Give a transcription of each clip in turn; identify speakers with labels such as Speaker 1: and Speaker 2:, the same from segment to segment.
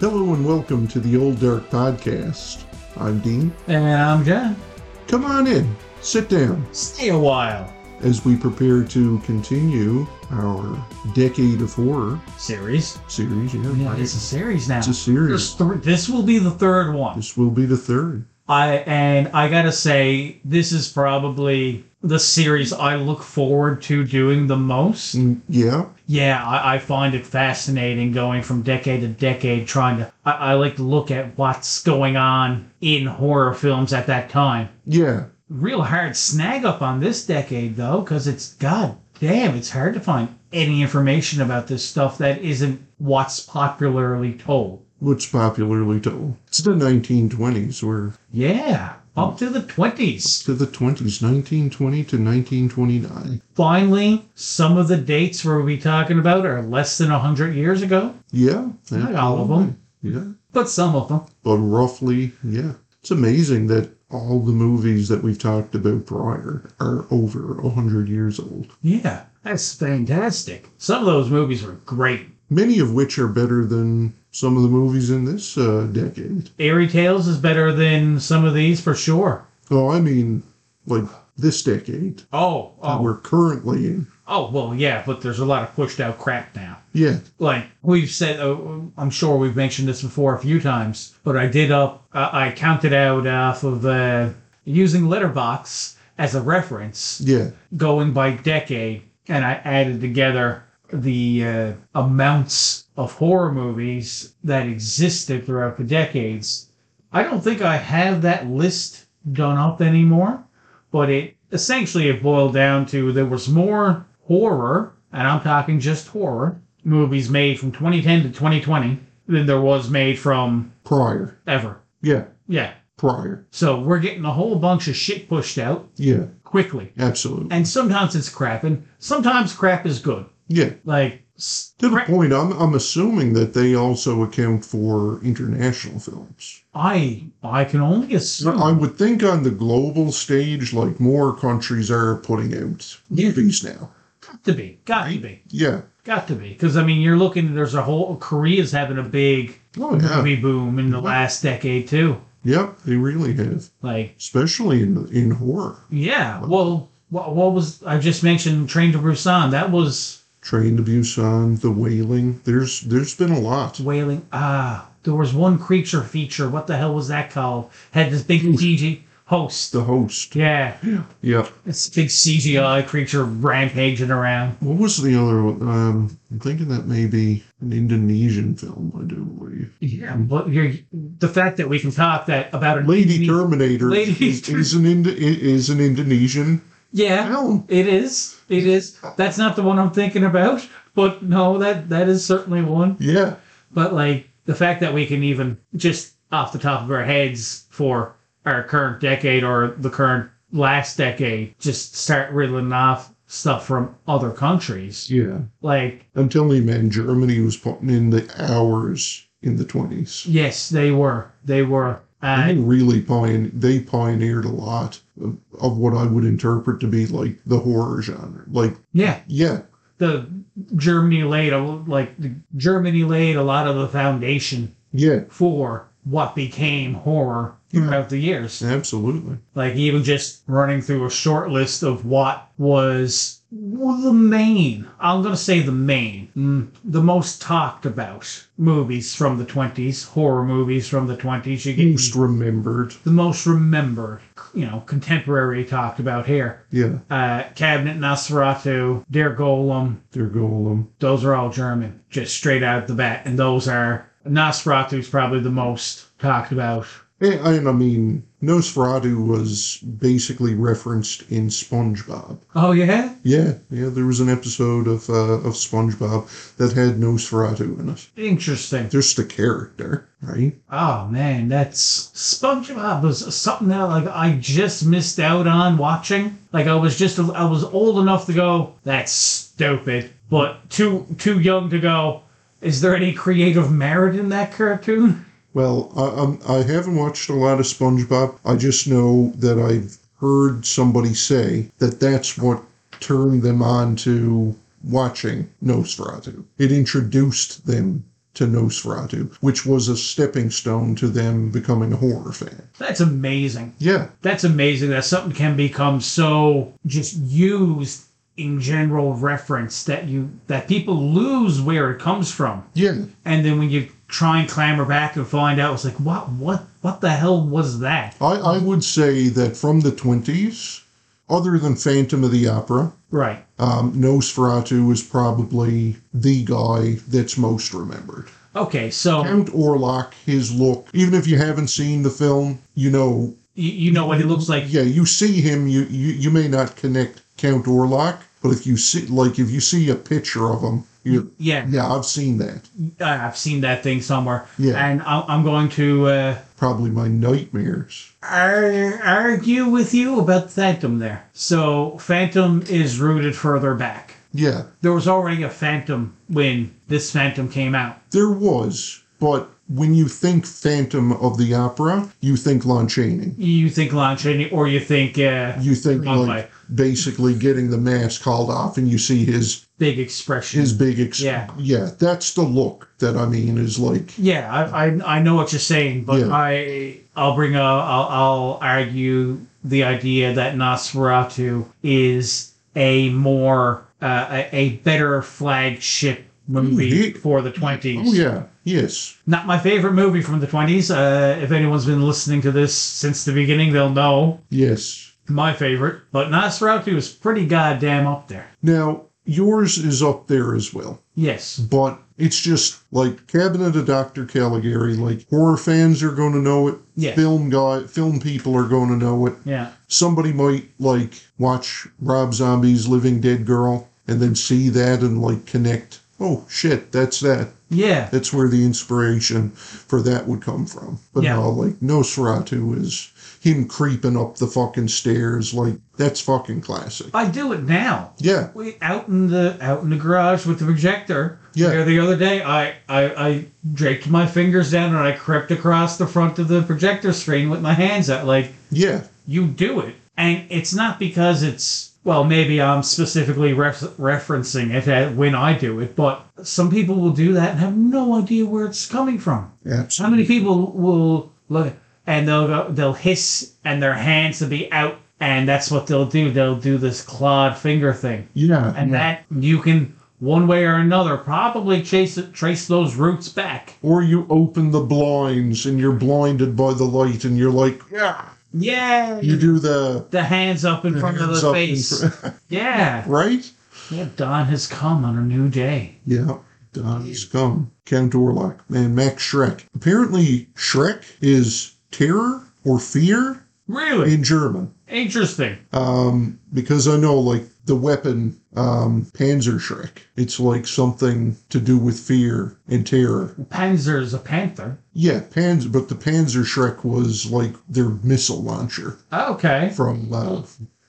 Speaker 1: Hello and welcome to the Old Dark Podcast. I'm Dean.
Speaker 2: And I'm John.
Speaker 1: Come on in, sit down
Speaker 2: Stay a while.
Speaker 1: as we prepare to continue our Decade of Horror
Speaker 2: Series.
Speaker 1: series. Yeah,
Speaker 2: Yeah,
Speaker 1: right.
Speaker 2: it's a series now.
Speaker 1: It's a series.
Speaker 2: There's thr- this will be the third one.
Speaker 1: This will be the third.
Speaker 2: I and I gotta say, this is probably the series I look forward to doing the most.
Speaker 1: Mm, Yeah,
Speaker 2: Yeah, I, I find it fascinating going from decade to decade trying to I, I like to look at what's going on in horror films at that time.
Speaker 1: yeah.
Speaker 2: Real hard snag up on this decade though, because it's god damn, it's hard to find any information about this stuff that isn't what's popularly told.
Speaker 1: What's popularly told? It's the 1920s. We're
Speaker 2: Yeah. Up to the twenties.
Speaker 1: to the 20s, 1920 to 1929.
Speaker 2: Finally, some of the dates we'll be talking about are less than hundred years ago.
Speaker 1: Yeah,
Speaker 2: Not all of 'em.
Speaker 1: Yeah,
Speaker 2: But some of them.
Speaker 1: but roughly, yeah. It's amazing that all the movies that we've talked about prior are over 100 years old.
Speaker 2: Yeah. That's fantastic. Some of those movies were great.
Speaker 1: many of which are better than some of the movies in this uh, decade.
Speaker 2: Airy Tales is better than some of these for sure.
Speaker 1: Oh, I mean, like this decade
Speaker 2: Oh,
Speaker 1: that
Speaker 2: oh,
Speaker 1: we're currently in.
Speaker 2: oh, well, yeah, but there's a lot of pushed out crap now.
Speaker 1: Yeah,
Speaker 2: Like we've said, uh, I'm sure we've mentioned this before a few times, but I did up, uh, I counted out off of uh, using Letterbox as a reference,
Speaker 1: yeah,
Speaker 2: going by decade, and I added together the uh, amounts of horror movies that existed throughout the decades. I don't think I have that list done up anymore, but it essentially it boiled down to there was more horror, and I'm talking just horror movies made from 2010 to 2020 than there was made from
Speaker 1: prior.
Speaker 2: ever.
Speaker 1: Yeah,
Speaker 2: Yeah.
Speaker 1: prior.
Speaker 2: So we're getting a whole bunch of shit pushed out
Speaker 1: Yeah,
Speaker 2: quickly.
Speaker 1: absolutely.
Speaker 2: And sometimes it's crap, and sometimes crap is good.
Speaker 1: Yeah,
Speaker 2: Like, s-
Speaker 1: to the
Speaker 2: crap-
Speaker 1: point, I'm, I'm assuming that they also account for international films.
Speaker 2: I I can only assume.
Speaker 1: I would think on the global stage, like more countries are putting out movies now.
Speaker 2: Got to be, got to be,
Speaker 1: Yeah.
Speaker 2: got to be. Because I mean, you're looking. There's a whole Korea's having a big
Speaker 1: Oh, yeah.
Speaker 2: movie boom in the last decade too.
Speaker 1: Yep, they really have,
Speaker 2: Like,
Speaker 1: especially in, in horror.
Speaker 2: yeah. Well, what, what was I just mentioned? Train to Busan. That was
Speaker 1: Train to Busan, The Wailing. There's there's been a lot.
Speaker 2: wailing. Ah, there was one creature feature. What the hell was that called? Had this big CG host.
Speaker 1: The host.
Speaker 2: Yeah,
Speaker 1: Yeah.
Speaker 2: this big CGI creature rampaging around.
Speaker 1: What was the other one? Um, I'm thinking that may be an Indonesian film, I do believe.
Speaker 2: Yeah, but you're, the fact that we can talk that about a
Speaker 1: Lady Terminator
Speaker 2: Lady
Speaker 1: is, is an Indo- i- is an Indonesian
Speaker 2: Yeah,
Speaker 1: film.
Speaker 2: it is. It is. That's not the one I'm thinking about, but no, that that is certainly one.
Speaker 1: Yeah.
Speaker 2: But like the fact that we can even just off the top of our heads for our current decade or the current last decade, just start riddling off stuff from other countries.
Speaker 1: Yeah.
Speaker 2: Like
Speaker 1: Until he man, Germany was putting in the hours in the 20s.
Speaker 2: yes, they were. They were.
Speaker 1: They
Speaker 2: And
Speaker 1: really pion- they pioneered a lot of, of what I would interpret to be like the horror genre. Like,
Speaker 2: yeah,
Speaker 1: yeah,
Speaker 2: the Germany laid a, like the Germany laid a lot of the foundation
Speaker 1: yeah,
Speaker 2: for what became horror throughout the years.
Speaker 1: absolutely.
Speaker 2: Like even just running through a short list of what was well, the main, I'm gonna say the main, mm, the most talked about movies from the 20s, horror movies from the 20s. You get
Speaker 1: most remembered.
Speaker 2: the most remembered, you know, contemporary talked about here.
Speaker 1: Yeah,
Speaker 2: Uh, Cabinet Nosferatu, Der Golem,
Speaker 1: their golem.
Speaker 2: those are all German, just straight out the bat. And those are Nosferatu's probably the most talked about.
Speaker 1: And, and I mean, Nosferatu was basically referenced in SpongeBob.
Speaker 2: Oh yeah,
Speaker 1: Yeah, yeah, there was an episode of uh, of SpongeBob that had Nosferatu in it.
Speaker 2: interesting.
Speaker 1: Just the character, right?
Speaker 2: Oh man, that's SpongeBob was something that like I just missed out on watching. Like I was just I was old enough to go, that's stupid, but too too young to go. Is there any creative merit in that cartoon?
Speaker 1: Well, I, um, I haven't watched a lot of SpongeBob. I just know that I've heard somebody say that that's what turned them on to watching Nosferatu. It introduced them to Nosferatu, which was a stepping stone to them becoming a horror fan.
Speaker 2: That's amazing.
Speaker 1: Yeah,
Speaker 2: That's amazing that something can become so just used in general reference that you that people lose where it comes from.
Speaker 1: yeah,
Speaker 2: And then when you try and clamber back and find out it's like what what what the hell was that?
Speaker 1: I, I would say that from the 20s, other than Phantom of the Opera,
Speaker 2: Right.
Speaker 1: um, Nosferatu is probably the guy that's most remembered.
Speaker 2: Okay, so you,
Speaker 1: Count Orlok, his look, even if you haven't seen the film, you know,
Speaker 2: you know what it looks like.
Speaker 1: yeah, you see him, you, you, you may not connect Count Orlok, but if you see, like, if you see a picture of him, you
Speaker 2: Yeah,
Speaker 1: yeah, I've seen that.
Speaker 2: I- I've seen that thing somewhere.
Speaker 1: Yeah.
Speaker 2: And I- I'm going to uh,
Speaker 1: Probably my nightmares.
Speaker 2: ar- argue with you about Phantom there. So Phantom is rooted further back.
Speaker 1: Yeah,
Speaker 2: There was already a Phantom when this Phantom came out.
Speaker 1: there was, but when you think Phantom of the Opera, you think Lon Chaney.
Speaker 2: you think Lon Chaney, or you think uh,
Speaker 1: you think
Speaker 2: Wrong
Speaker 1: like
Speaker 2: way.
Speaker 1: basically getting the mask hauled off and you see his
Speaker 2: big expression.
Speaker 1: his big ex-
Speaker 2: Yeah.
Speaker 1: yeah that's the look that i mean is like
Speaker 2: yeah, I, I I know what you're saying, but
Speaker 1: Yeah.
Speaker 2: I I'll bring a I'll, I'll argue the idea that Nosferatu is a more uh, a, a better flagship movie
Speaker 1: he-
Speaker 2: for the 20s.
Speaker 1: oh yeah yes
Speaker 2: Not my favorite movie from the 20s. Uh, if anyone's been listening to this since the beginning, they'll know
Speaker 1: yes
Speaker 2: my favorite. But Nosferatu is pretty goddamn up there.
Speaker 1: now yours is up there as well
Speaker 2: Yes.
Speaker 1: but it's just like cabinet of dr caligari like horror fans are going to know it
Speaker 2: Yeah.
Speaker 1: film guy film people are going to know it
Speaker 2: Yeah.
Speaker 1: somebody might like watch rob zombie's living dead girl and then see that and like connect oh shit that's that
Speaker 2: Yeah.
Speaker 1: that's where the inspiration for that would come from. But
Speaker 2: Yeah.
Speaker 1: no, like Nosferatu is him creeping up the fucking stairs. Like that's fucking classic.
Speaker 2: I do it now.
Speaker 1: Yeah,
Speaker 2: We out in the out in the garage with the projector.
Speaker 1: Yeah.
Speaker 2: There the other day, I, I I draped my fingers down and I crept across the front of the projector screen with my hands out. Like
Speaker 1: yeah,
Speaker 2: you do it, and it's not because it's well, maybe I'm specifically ref- referencing it at- when I do it, but some people will do that and have no idea where it's coming from. How
Speaker 1: absolutely.
Speaker 2: many people will look and they'll go, they'll hiss and their hands will be out, and that's what they'll do. They'll do this clawed finger thing
Speaker 1: Yeah,
Speaker 2: and that you can one way or another probably chase it, trace those roots back.
Speaker 1: or you open the blinds and you're blinded by the light, and you're like, yeah,
Speaker 2: Yeah,
Speaker 1: you do the
Speaker 2: the hands up in front of
Speaker 1: hands
Speaker 2: the
Speaker 1: up in
Speaker 2: face.
Speaker 1: fr-
Speaker 2: yeah,
Speaker 1: right.
Speaker 2: yeah. Dawn has come on a new day.
Speaker 1: Yeah. Donnie's come. Count Orlok. Man, Max Shrek. Apparently, Shrek is terror or fear
Speaker 2: Really
Speaker 1: in German.
Speaker 2: interesting.
Speaker 1: um, because I know like the weapon um, Panzer Shrek. It's like something to do with fear and terror.
Speaker 2: Panzer is a panther.
Speaker 1: Yeah, Panzer, but the Panzer Shrek was like their missile launcher
Speaker 2: Okay,
Speaker 1: from uh,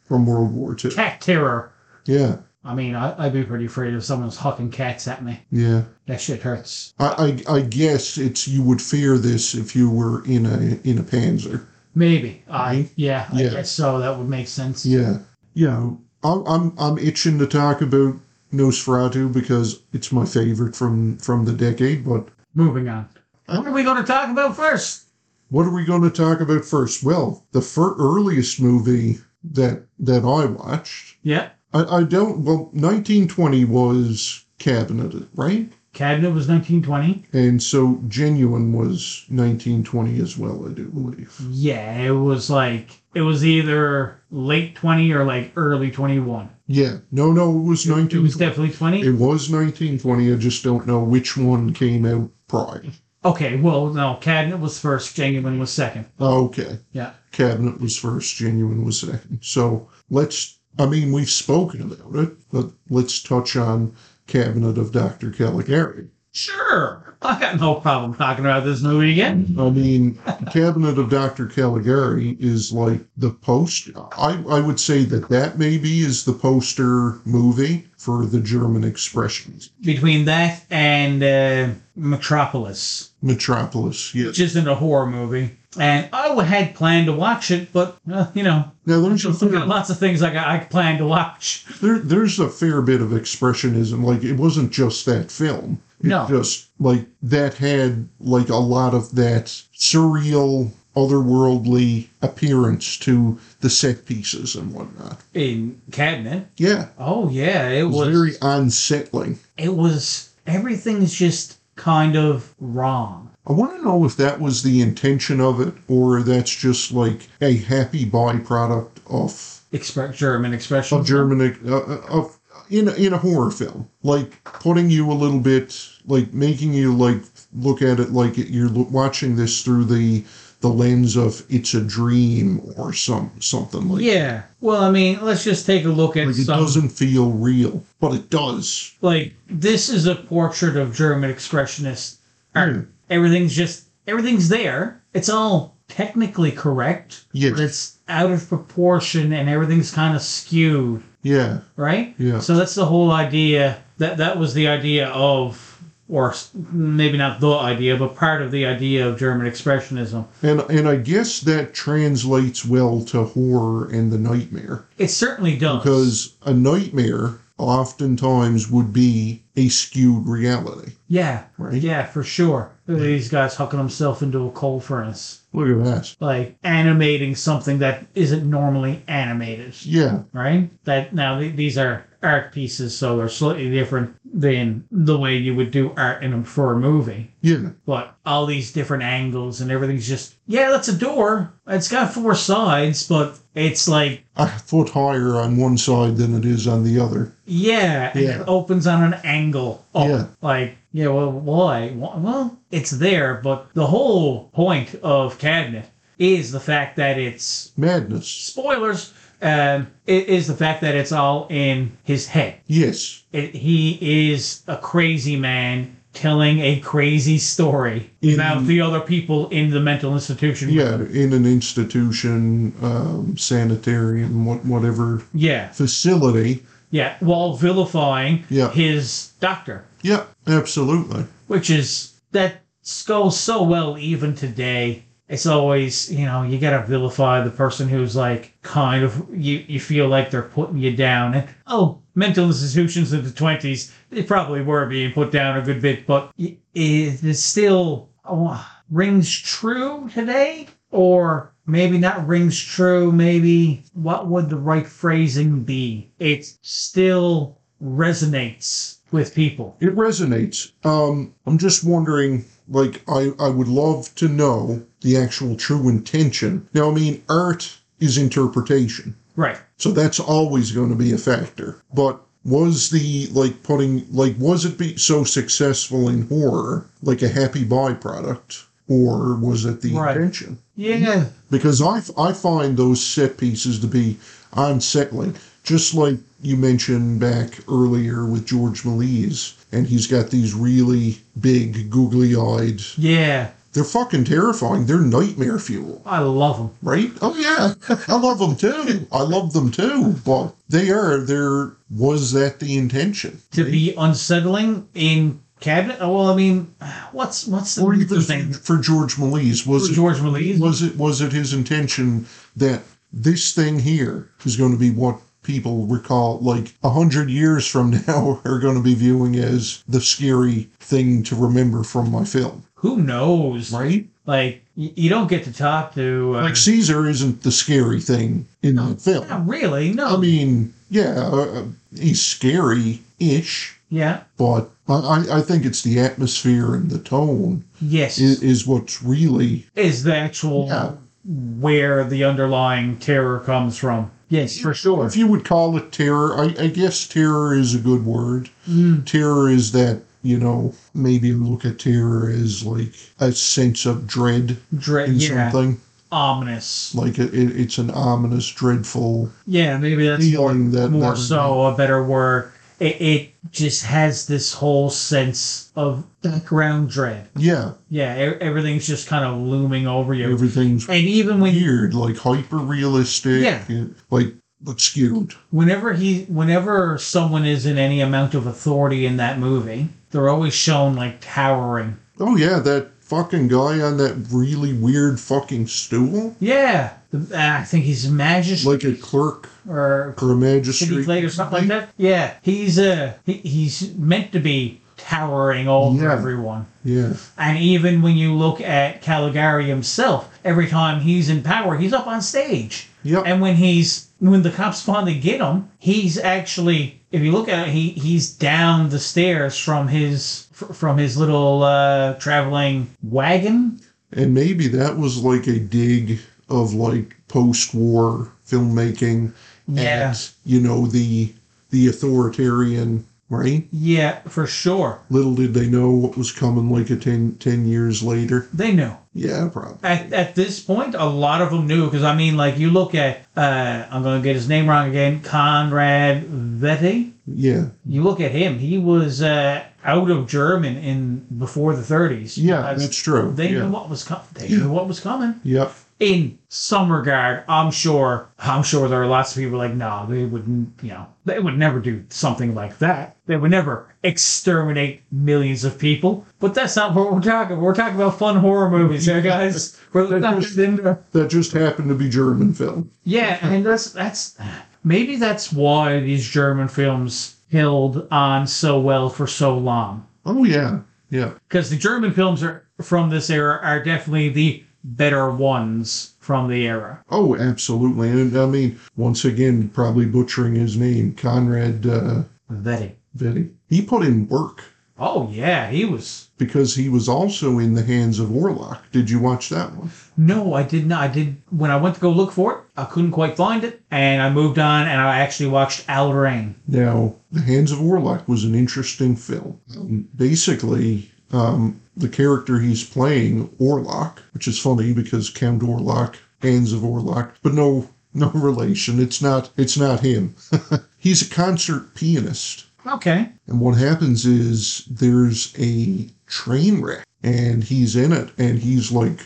Speaker 1: from World War Two.
Speaker 2: cat terror.
Speaker 1: Yeah,
Speaker 2: I mean, I, I'd be pretty afraid if someone's hucking cats at me.
Speaker 1: yeah.
Speaker 2: That shit hurts.
Speaker 1: I, I I guess it's you would fear this if you were in a in a Panzer.
Speaker 2: Maybe. I yeah. I
Speaker 1: Yeah.
Speaker 2: guess so. That would make sense.
Speaker 1: Yeah, yeah. I'm I'm I'm itching to talk about Nosferatu because it's my favorite from from the decade, but
Speaker 2: Moving on. What are we going to talk about first?
Speaker 1: What are we going to talk about first? Well, the fir- earliest movie that that I watched,
Speaker 2: Yeah.
Speaker 1: I, I don't. Well, 1920 was Cabinet, right?
Speaker 2: Cabinet was 1920.
Speaker 1: And so Genuine was 1920 as well, I do believe.
Speaker 2: Yeah, it was like it was either late twenty or like early twenty one.
Speaker 1: Yeah, no, no, it was
Speaker 2: It
Speaker 1: 19.
Speaker 2: was definitely
Speaker 1: It
Speaker 2: twenty.
Speaker 1: was 1920. I just don't know which one came out prior.
Speaker 2: Okay, well no, Cabinet was first, Genuine was second.
Speaker 1: Oh, Okay.
Speaker 2: Yeah.
Speaker 1: Cabinet was first, Genuine was second. So let's, I mean, we've spoken about it, but let's touch on Cabinet of Dr. Caligari.
Speaker 2: Sure. I got no problem talking about this movie again.
Speaker 1: I mean, Cabinet of Dr. Caligari is like the post. I, I would say that that maybe is the poster movie for the German expressions.
Speaker 2: Between that and uh, Metropolis,
Speaker 1: Metropolis, yes.
Speaker 2: which isn't a horror movie. And I had planned to watch it, but uh, you know,
Speaker 1: Now, there's a
Speaker 2: there's
Speaker 1: fair,
Speaker 2: lots of things I got, I planned to watch.
Speaker 1: there, there's a fair bit of expressionism. Like, it wasn't just that film. It
Speaker 2: No.
Speaker 1: just like that had like a lot of that surreal, otherworldly appearance to the set pieces and whatnot.
Speaker 2: in cabinet.
Speaker 1: Yeah,
Speaker 2: Oh yeah, it
Speaker 1: it
Speaker 2: was
Speaker 1: was very unsettling.
Speaker 2: it was everything's just kind of wrong.
Speaker 1: I want to know if that was the intention of it or that's just like a happy byproduct of
Speaker 2: Express German expression.
Speaker 1: of German uh, uh, of in in a horror film, like putting you a little bit, like making you like look at it like you're lo- watching this through the the lens of it's a dream or some something like
Speaker 2: Yeah. um, Well, I mean, let's just take a look at
Speaker 1: Like it
Speaker 2: some
Speaker 1: doesn't feel real, but it does.
Speaker 2: like this is a portrait of German expressionist art.
Speaker 1: Hmm.
Speaker 2: Everything's just everything's there. It's all technically correct,
Speaker 1: Yes.
Speaker 2: but it's out of proportion and everything's kind of skewed,
Speaker 1: Yeah,
Speaker 2: right?
Speaker 1: Yeah.
Speaker 2: So that's the whole idea. That that was the idea of, or s- maybe not the idea, but part of the idea of German expressionism.
Speaker 1: and and I guess that translates well to horror and the nightmare
Speaker 2: It certainly does.
Speaker 1: because a nightmare oftentimes would be a skewed reality,
Speaker 2: yeah,
Speaker 1: right?
Speaker 2: yeah, for sure. Look at These guys hucking themselves into a coal furnace.
Speaker 1: Look at that.
Speaker 2: like animating something that isn't normally animated,
Speaker 1: Yeah,
Speaker 2: right? That now th- these are art pieces, so they're slightly different than the way you would do art in a, for a movie.
Speaker 1: yeah.
Speaker 2: But all these different angles and everything's just yeah, that's a door. It's got four sides, but it's like
Speaker 1: a foot higher on one side than it is on the other.
Speaker 2: yeah, and
Speaker 1: Yeah.
Speaker 2: it opens on an angle. Oh,
Speaker 1: Yeah.
Speaker 2: like yeah, well, why? Wh- Well, it's there, but the whole point of cabinet is the fact that it's
Speaker 1: Madness.
Speaker 2: spoilers um, i- is the fact that it's all in his head.
Speaker 1: Yes,
Speaker 2: It, he is a crazy man telling a crazy story
Speaker 1: In-
Speaker 2: about the other people in the mental institution.
Speaker 1: yeah, in an institution, um, sanitarium, what, whatever
Speaker 2: yeah,
Speaker 1: facility.
Speaker 2: yeah, while vilifying
Speaker 1: Yeah.
Speaker 2: his doctor,
Speaker 1: Yeah, absolutely.
Speaker 2: which is that goes so well even today. It's always you know you gotta vilify the person who's like kind of you you feel like they're putting you down and oh mental institutions in the twenties they probably were being put down a good bit but y- it, it still oh, rings true today or maybe not rings true maybe what would the right phrasing be it still resonates with people
Speaker 1: It resonates. Um, I'm just wondering, like, I, I would love to know the actual true intention. Now, I mean, art is interpretation.
Speaker 2: right
Speaker 1: So that's always going to be a factor. But was the like putting like was it be so successful in horror like a happy byproduct or was it the
Speaker 2: Right.
Speaker 1: intention?
Speaker 2: yeah
Speaker 1: Because I f- I find those set pieces to be unsettling. Just like you mentioned back earlier with George Melies, and he's got these really big googly eyed.
Speaker 2: Yeah,
Speaker 1: They're fucking terrifying. They're nightmare fuel.
Speaker 2: I love them.
Speaker 1: Right? Oh yeah, I love them too. I love them too. But they are there. Was that the intention?
Speaker 2: To be unsettling in cabinet. oh, Well, I mean, what's what's the
Speaker 1: Or
Speaker 2: reason
Speaker 1: even
Speaker 2: thing
Speaker 1: for George Melies,
Speaker 2: for
Speaker 1: was it,
Speaker 2: George Melies?
Speaker 1: was it was it his intention that this thing here is going to be what people recall like a hundred years from now are going to be viewing as the scary thing to remember from my film,
Speaker 2: Who knows?
Speaker 1: right?
Speaker 2: Like y- you don't get to talk to uh,
Speaker 1: Like Caesar isn't the scary thing in the film.
Speaker 2: not really no.
Speaker 1: I mean, yeah, uh, he's scary ish.
Speaker 2: yeah.
Speaker 1: but I, I- I think it's the atmosphere and the tone
Speaker 2: Yes.
Speaker 1: is,
Speaker 2: Is,
Speaker 1: is what's really
Speaker 2: the actual
Speaker 1: Yeah.
Speaker 2: where the underlying terror comes from? Yes, for sure.
Speaker 1: if you would call it terror I, I guess terror is a good word
Speaker 2: Mm,
Speaker 1: terror is that you know maybe look at terror as like a sense of dread
Speaker 2: dread.
Speaker 1: in
Speaker 2: Uh, Yeah.
Speaker 1: something
Speaker 2: Ominous.
Speaker 1: like it, it, it's an ominous dreadful
Speaker 2: Yeah, maybe that's
Speaker 1: feeling that
Speaker 2: more
Speaker 1: that-
Speaker 2: so a better word. It, it just has this whole sense of background dread.
Speaker 1: yeah
Speaker 2: Yeah, e- everything's just kind of looming over you.
Speaker 1: everything's
Speaker 2: And even when
Speaker 1: weird like hyper realistic
Speaker 2: Yeah.
Speaker 1: like but skewed
Speaker 2: whenever he whenever someone is in any amount of authority in that movie, they're always shown like towering.
Speaker 1: oh yeah that fucking guy on that really weird fucking stool
Speaker 2: Yeah, the, uh, I think he's a
Speaker 1: like
Speaker 2: magistrate
Speaker 1: a clerk
Speaker 2: or
Speaker 1: or a magistrate.
Speaker 2: city plate or something like that. Yeah, he's uh he, he's meant to be towering over
Speaker 1: Yeah.
Speaker 2: everyone.
Speaker 1: Yeah.
Speaker 2: And even when you look at Caligari himself, every time he's in power, he's up on stage.
Speaker 1: Yep.
Speaker 2: And when he's when the cops finally get him, he's actually if you look at it, he he's down the stairs from his fr- from his little uh, traveling wagon.
Speaker 1: And maybe that was like a dig of like post-war filmmaking
Speaker 2: Yeah.
Speaker 1: at you know the the authoritarian right.
Speaker 2: Yeah, for sure.
Speaker 1: Little did they know what was coming like a 10, 10 years later.
Speaker 2: They knew.
Speaker 1: Yeah, probably.
Speaker 2: At, at this point, a lot of them knew because I mean, like you look at uh, I'm going to get his name wrong again, Conrad Vette.
Speaker 1: Yeah.
Speaker 2: You look at him; he was uh, out of German in before the 30s.
Speaker 1: Yeah,
Speaker 2: Because
Speaker 1: that's true.
Speaker 2: They
Speaker 1: yeah.
Speaker 2: knew what was coming. They knew what was coming.
Speaker 1: Yep.
Speaker 2: In some regard, I'm sure. I'm sure there are lots of people like, no, they wouldn't. You know, they would never do something like that. They would never exterminate millions of people. But that's not what we're talking. about. We're talking about fun horror movies, here, guys. We're not
Speaker 1: just-
Speaker 2: getting into
Speaker 1: That just happened to be German film.
Speaker 2: yeah, and that's that's maybe that's why these German films held on so well for so long.
Speaker 1: Oh yeah. Yeah.
Speaker 2: Because the German films are from this era are definitely the better ones from the era.
Speaker 1: Oh, absolutely. And I mean, once again, probably butchering his name, Conrad uh,
Speaker 2: Vetti.
Speaker 1: Vitti. He put in work
Speaker 2: Oh yeah, he was.
Speaker 1: because he was also in the hands of Warlock. Did you watch that one?
Speaker 2: No, I did not. I did when I went to go look for it. I couldn't quite find it, and I moved on. And I actually watched Al Rain.
Speaker 1: Now, The Hands of Warlock was an interesting film. Um, basically, um, the character he's playing, Orlok, which is funny because Count Orlok, Hands of Orlok, but no, no relation. It's not, it's not him. he's a concert pianist.
Speaker 2: Okay.
Speaker 1: And what happens is there's a train wreck and he's in it and he's like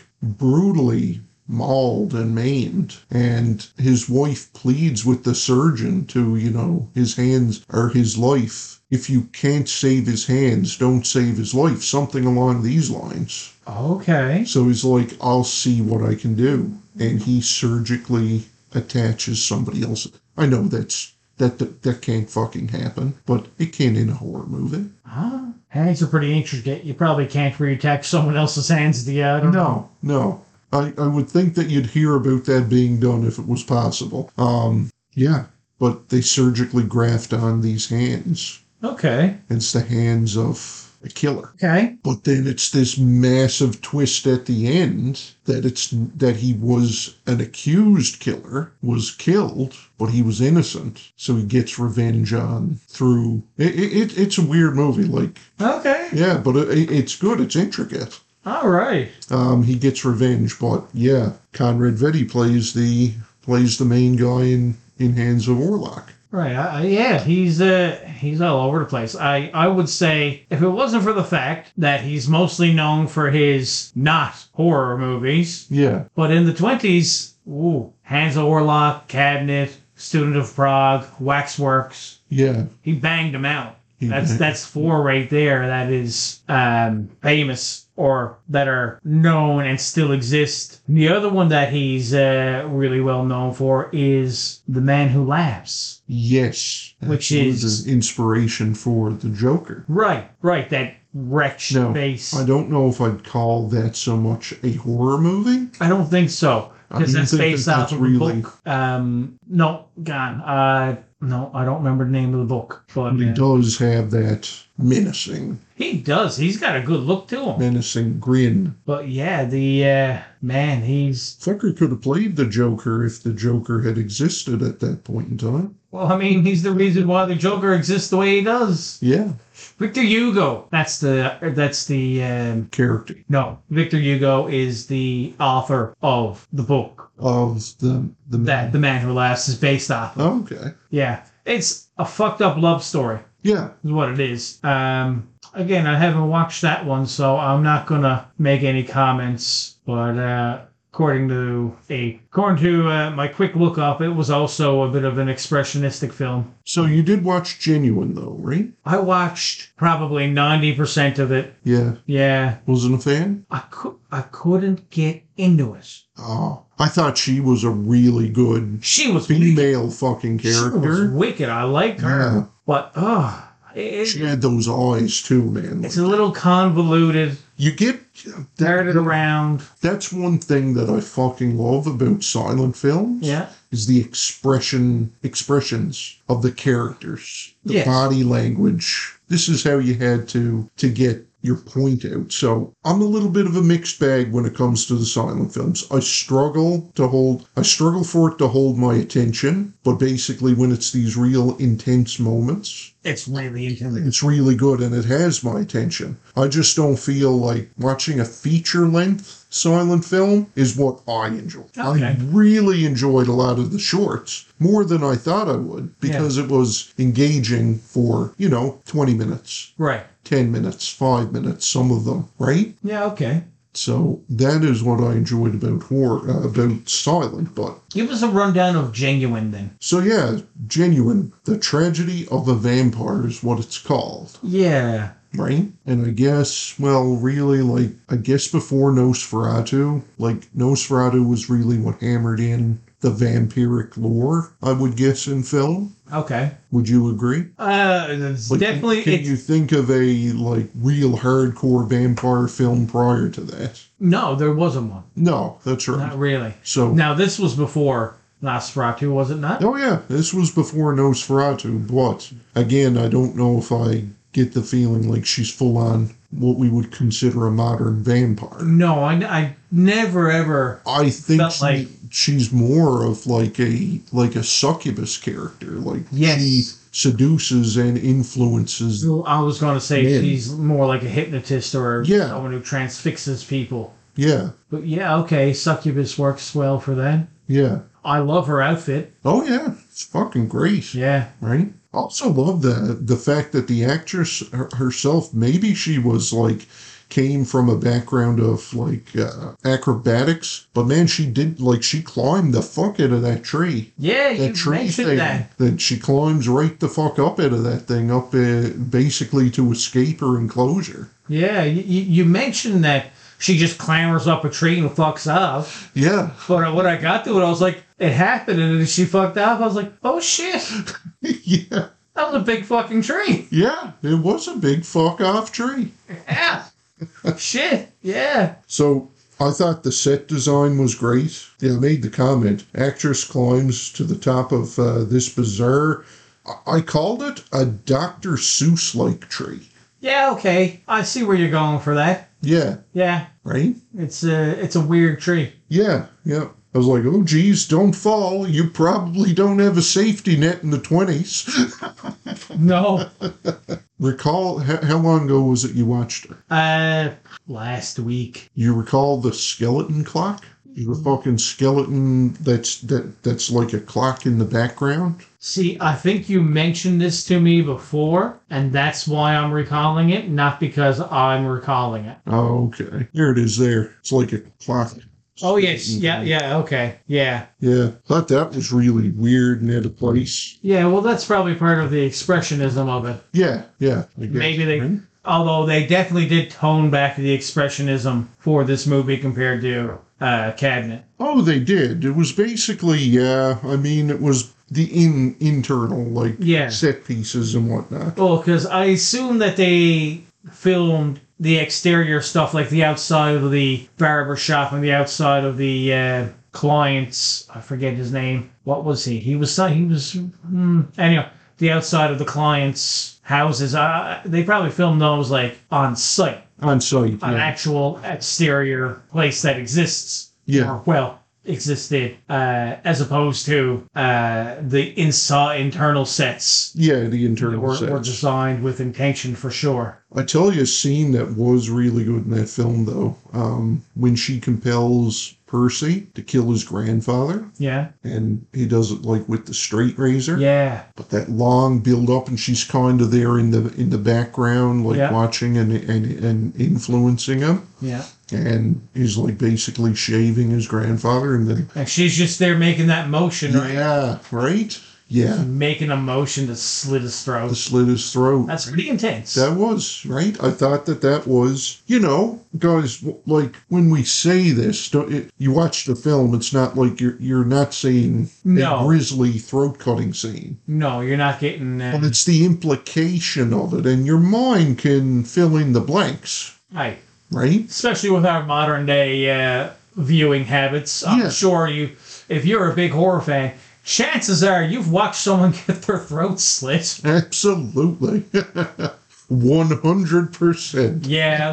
Speaker 1: brutally mauled and maimed. And his wife pleads with the surgeon to, you know, his hands are his life. If you can't save his hands, don't save his life. Something along these lines.
Speaker 2: Okay.
Speaker 1: So he's like, I'll see what I can do. And he surgically attaches somebody else. I know that's that that, that can't fucking happen, but it can in a horror movie.
Speaker 2: Huh? Ah, Hands are pretty intricate. You probably can't reattach someone else's hands together.
Speaker 1: No, no. I, I would think that you'd hear about that being done if it was possible. Um, yeah, but they surgically graft on these hands.
Speaker 2: Okay.
Speaker 1: It's the hands of a killer.
Speaker 2: Okay.
Speaker 1: But then it's this massive twist at the end that it's that he was an accused killer, was killed, but he was innocent, so he gets revenge on through. It, it, it- it's a weird movie, like
Speaker 2: Okay.
Speaker 1: yeah, but it, it- it's good. It's intricate.
Speaker 2: All right.
Speaker 1: Um, he gets revenge, but yeah, Conrad Vetti plays the plays the main guy in in Hands of Warlock.
Speaker 2: Right. I, I, yeah, he's uh he's all over the place. I I would say if it wasn't for the fact that he's mostly known for his not horror movies,
Speaker 1: Yeah,
Speaker 2: but in the 20s, ooh, Hands of Orlok, Cabinet, Student of Prague, Waxworks,
Speaker 1: yeah,
Speaker 2: he banged them out.
Speaker 1: He
Speaker 2: That's
Speaker 1: banged-
Speaker 2: that's four right there that is um, famous or that are known and still exist. The other one that he's uh, really well known for is The Man Who Laughs.
Speaker 1: yes,
Speaker 2: Which
Speaker 1: That was
Speaker 2: is-
Speaker 1: an inspiration for the Joker.
Speaker 2: Right, right. That wretched
Speaker 1: No,
Speaker 2: face.
Speaker 1: I
Speaker 2: I,
Speaker 1: don't know if I'd call that so much a horror movie.
Speaker 2: don't think so.
Speaker 1: I
Speaker 2: Because
Speaker 1: don't think
Speaker 2: that's
Speaker 1: that
Speaker 2: based off
Speaker 1: that's
Speaker 2: of a
Speaker 1: really-
Speaker 2: book. Um, no, gone. Uh, no, I don't remember the name of the book. But
Speaker 1: But
Speaker 2: uh,
Speaker 1: it does have that menacing,
Speaker 2: he does. He's got a good look to him.
Speaker 1: menacing grin.
Speaker 2: But yeah, the uh, man, he's
Speaker 1: Fucker could have played the Joker if the Joker had existed at that point in time.
Speaker 2: well. I mean, he's the reason why the Joker exists the way he does.
Speaker 1: Yeah,
Speaker 2: Victor Hugo. That's the. That's the. Um,
Speaker 1: character
Speaker 2: no, Victor Hugo is the author of the book
Speaker 1: of the the
Speaker 2: that the man who laughs is based off. of.
Speaker 1: Okay,
Speaker 2: Yeah, it's a fucked up love story,
Speaker 1: yeah,
Speaker 2: is what it is. Um, again, I haven't watched that one, so I'm not gonna make any comments. But uh, according to a according to uh, my quick look up, it was also a bit of an expressionistic film.
Speaker 1: so you did watch Genuine though, right?
Speaker 2: I watched probably ninety percent of it.
Speaker 1: Yeah,
Speaker 2: Yeah,
Speaker 1: wasn't a fan.
Speaker 2: I could I couldn't get into it.
Speaker 1: Oh, I thought she was a really good
Speaker 2: She was wicked.
Speaker 1: female fucking
Speaker 2: She was
Speaker 1: character.
Speaker 2: wicked. I liked her,
Speaker 1: Yeah.
Speaker 2: but oh, I it,
Speaker 1: She had those eyes too, man.
Speaker 2: it's a little convoluted,
Speaker 1: You get
Speaker 2: turn it
Speaker 1: that,
Speaker 2: around.
Speaker 1: that's one thing that I fucking love about silent films.
Speaker 2: Yeah.
Speaker 1: is the expression expressions of the characters, the
Speaker 2: Yes.
Speaker 1: body language. This is how you had to to get your point out. So I'm a little bit of a mixed bag when it comes to the silent films. I struggle to hold I struggle for it to hold my attention, but basically when it's these real intense moments,
Speaker 2: It's really intelligent.
Speaker 1: it's really good and it has my attention. I just don't feel like watching a feature length silent film is what I enjoy. I
Speaker 2: Okay.
Speaker 1: really enjoyed a lot of the shorts, more than I thought I would, because it was engaging for, you know, 20 minutes,
Speaker 2: Right.
Speaker 1: 10 minutes, 5 minutes, some of them, right?
Speaker 2: Yeah, okay.
Speaker 1: So that is what I enjoyed about horror, uh, about silent, but
Speaker 2: Give us a rundown of Genuine then.
Speaker 1: so yeah, genuine. The tragedy of a vampire is what it's called.
Speaker 2: Yeah.
Speaker 1: Right? And I guess, well, really, like, I guess before Nosferatu, like, Nosferatu was really what hammered in the vampiric lore, I would guess, in film.
Speaker 2: Okay.
Speaker 1: Would you agree?
Speaker 2: Uh, it's
Speaker 1: Like,
Speaker 2: definitely.
Speaker 1: Can
Speaker 2: it's,
Speaker 1: you think of a, like, real hardcore vampire film prior to that?
Speaker 2: no, there wasn't one.
Speaker 1: No, that's right.
Speaker 2: Not really.
Speaker 1: so,
Speaker 2: Now this was before Nosferatu, was it not?
Speaker 1: oh, yeah, this was before Nosferatu, but again, I don't know if I get the feeling like she's full on what we would consider a modern vampire.
Speaker 2: No, I, I never ever.
Speaker 1: I think
Speaker 2: Felt
Speaker 1: she,
Speaker 2: like-
Speaker 1: she's more of like a like a succubus character. Like
Speaker 2: Yes.
Speaker 1: she seduces and influences.
Speaker 2: I was going to say
Speaker 1: Men.
Speaker 2: she's more like a hypnotist or
Speaker 1: Yeah.
Speaker 2: someone who transfixes people.
Speaker 1: Yeah,
Speaker 2: But yeah, okay, succubus works well for that.
Speaker 1: yeah.
Speaker 2: I love her outfit.
Speaker 1: Oh yeah, it's fucking great,
Speaker 2: Yeah,
Speaker 1: right? I Also love the the fact that the actress her- herself maybe she was like came from a background of like uh, acrobatics, but man, she did like she climbed the fuck out of that tree.
Speaker 2: yeah, you
Speaker 1: that tree
Speaker 2: mentioned
Speaker 1: thing
Speaker 2: that.
Speaker 1: that she climbs right the fuck up out of that thing up uh, basically to escape her enclosure.
Speaker 2: Yeah, you, you you mentioned that she just clambers up a tree and fucks up.
Speaker 1: Yeah,
Speaker 2: But when I got to it, I was like, it happened, and then she fucked up. I was like, oh shit,
Speaker 1: yeah,
Speaker 2: that was a big fucking tree.
Speaker 1: yeah. It was a big fuck off tree.
Speaker 2: Yeah, shit, yeah.
Speaker 1: So I thought the set design was great. Yeah, I made the comment. Actress climbs to the top of uh, this bizarre. I- I called it a Dr. Seuss like tree.
Speaker 2: Yeah, okay. I see where you're going for that.
Speaker 1: Yeah,
Speaker 2: Yeah,
Speaker 1: right.
Speaker 2: it's a it's a weird tree.
Speaker 1: Yeah, yeah. I was like, oh, geez, don't fall. You probably don't have a safety net in the 20s.
Speaker 2: No,
Speaker 1: recall how, how long ago was it you watched her?
Speaker 2: uh, last week.
Speaker 1: You recall the skeleton clock? The fucking skeleton that's that that's like a clock in the background.
Speaker 2: See, I think you mentioned this to me before, and that's why I'm recalling it, not because I'm recalling it.
Speaker 1: Oh, okay. There it is. There. It's like a clock.
Speaker 2: Oh yes, yeah, yeah, okay, yeah,
Speaker 1: Yeah. Thought that was really weird and out of place.
Speaker 2: yeah. Well, that's probably part of the expressionism of it.
Speaker 1: Yeah. Yeah. I guess.
Speaker 2: Maybe they-
Speaker 1: Right?
Speaker 2: Although they definitely did tone back the expressionism for this movie compared to uh, Cabinet.
Speaker 1: Oh, they did. It was basically yeah. I mean, it was the in internal like
Speaker 2: Yeah.
Speaker 1: set pieces and whatnot.
Speaker 2: Well, because I assume that they filmed the exterior stuff, like the outside of the barber shop and the outside of the uh, client's. I forget his name. What was he? He was some- he was hmm, anyway the outside of the client's houses. Uh, they probably filmed those like on site,
Speaker 1: On site.
Speaker 2: an
Speaker 1: yeah.
Speaker 2: actual exterior place that exists
Speaker 1: yeah.
Speaker 2: or well existed, uh, as opposed to uh, the inside internal sets
Speaker 1: Yeah, the internal
Speaker 2: were,
Speaker 1: sets.
Speaker 2: were designed with intention for sure.
Speaker 1: I tell you, a scene that was really good in that film, though, um, when she compels Percy to kill his grandfather,
Speaker 2: Yeah.
Speaker 1: and he does it like with the straight razor.
Speaker 2: Yeah.
Speaker 1: But that long build up, and she's kind of there in the in the background, like
Speaker 2: Yeah.
Speaker 1: watching and, and and influencing him.
Speaker 2: Yeah.
Speaker 1: And he's like basically shaving his grandfather, and then
Speaker 2: And she's just there making that motion, right?
Speaker 1: yeah, right, Yeah,
Speaker 2: making a motion to slit his
Speaker 1: the
Speaker 2: throat.
Speaker 1: slit his throat.
Speaker 2: That's pretty intense.
Speaker 1: That was, right? I thought that that was, you know, guys, w- like when we say this, don't, it, you watch the film, it's not like you're you're not seeing a
Speaker 2: No.
Speaker 1: grisly throat cutting scene.
Speaker 2: No, you're not getting. Uh,
Speaker 1: But it's the implication of it, and your mind can fill in the blanks,
Speaker 2: right.
Speaker 1: right?
Speaker 2: especially with our modern day uh, viewing habits. I'm
Speaker 1: Yes.
Speaker 2: sure you, if you're a big horror fan, chances are you've watched someone get their throat slit.
Speaker 1: Absolutely. 100%.
Speaker 2: Yeah,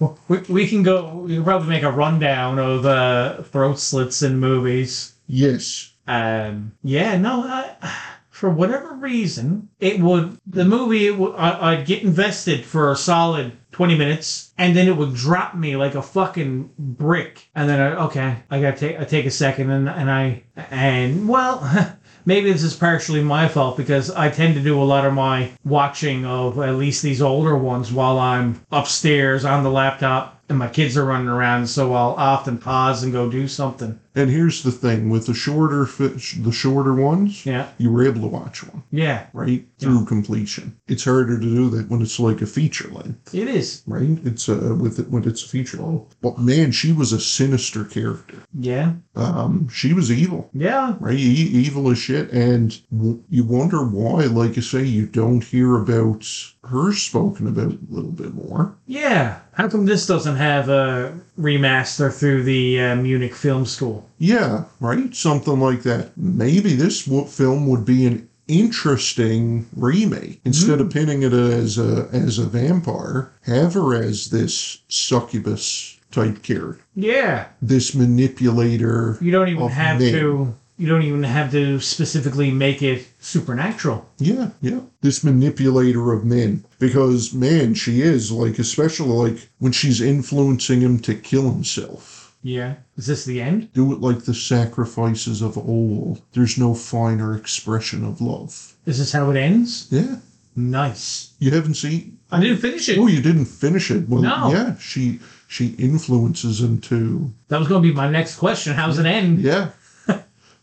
Speaker 2: look, we, we can go. We can probably make a rundown of uh, throat slits in movies.
Speaker 1: Yes.
Speaker 2: Um, yeah, no, I, for whatever reason, it would the movie. It would, I, I'd get invested for a solid twenty minutes, and then it would drop me like a fucking brick. And then I okay, I gotta take I take a second, and and I and well. Maybe this is partially my fault because I tend to do a lot of my watching of at least these older ones while I'm upstairs on the laptop and my kids are running around. So I'll often pause and go do something.
Speaker 1: And here's the thing with the shorter fi- the shorter ones,
Speaker 2: Yeah.
Speaker 1: you were able to watch one.
Speaker 2: Yeah.
Speaker 1: right through completion it's harder to do that when it's like a feature length
Speaker 2: It is.
Speaker 1: right it's uh with it when it's a feature length but man she was a sinister character
Speaker 2: Yeah.
Speaker 1: um she was evil
Speaker 2: Yeah.
Speaker 1: right e- evil as shit and w- you wonder why like you say you don't hear about her spoken about a little bit more
Speaker 2: Yeah. How come this doesn't have a remaster through the uh, Munich Film School?
Speaker 1: yeah right something like that maybe this w- film would be an interesting remake instead of pinning it as a as a vampire have her as this succubus type character
Speaker 2: Yeah.
Speaker 1: this manipulator
Speaker 2: You don't even
Speaker 1: Of
Speaker 2: have
Speaker 1: me.
Speaker 2: to. You don't even have to specifically make it supernatural.
Speaker 1: yeah yeah this manipulator of men because man she is like especially like when she's influencing him to kill himself
Speaker 2: Yeah. Is this the end?
Speaker 1: do it like the sacrifices of old there's no finer expression of love
Speaker 2: Is this how it ends?
Speaker 1: yeah
Speaker 2: Nice.
Speaker 1: you haven't seen
Speaker 2: I didn't finish it.
Speaker 1: Oh, you didn't finish it. Well,
Speaker 2: No.
Speaker 1: yeah, she she influences him to
Speaker 2: That was going to be my next question. How's it end?
Speaker 1: yeah,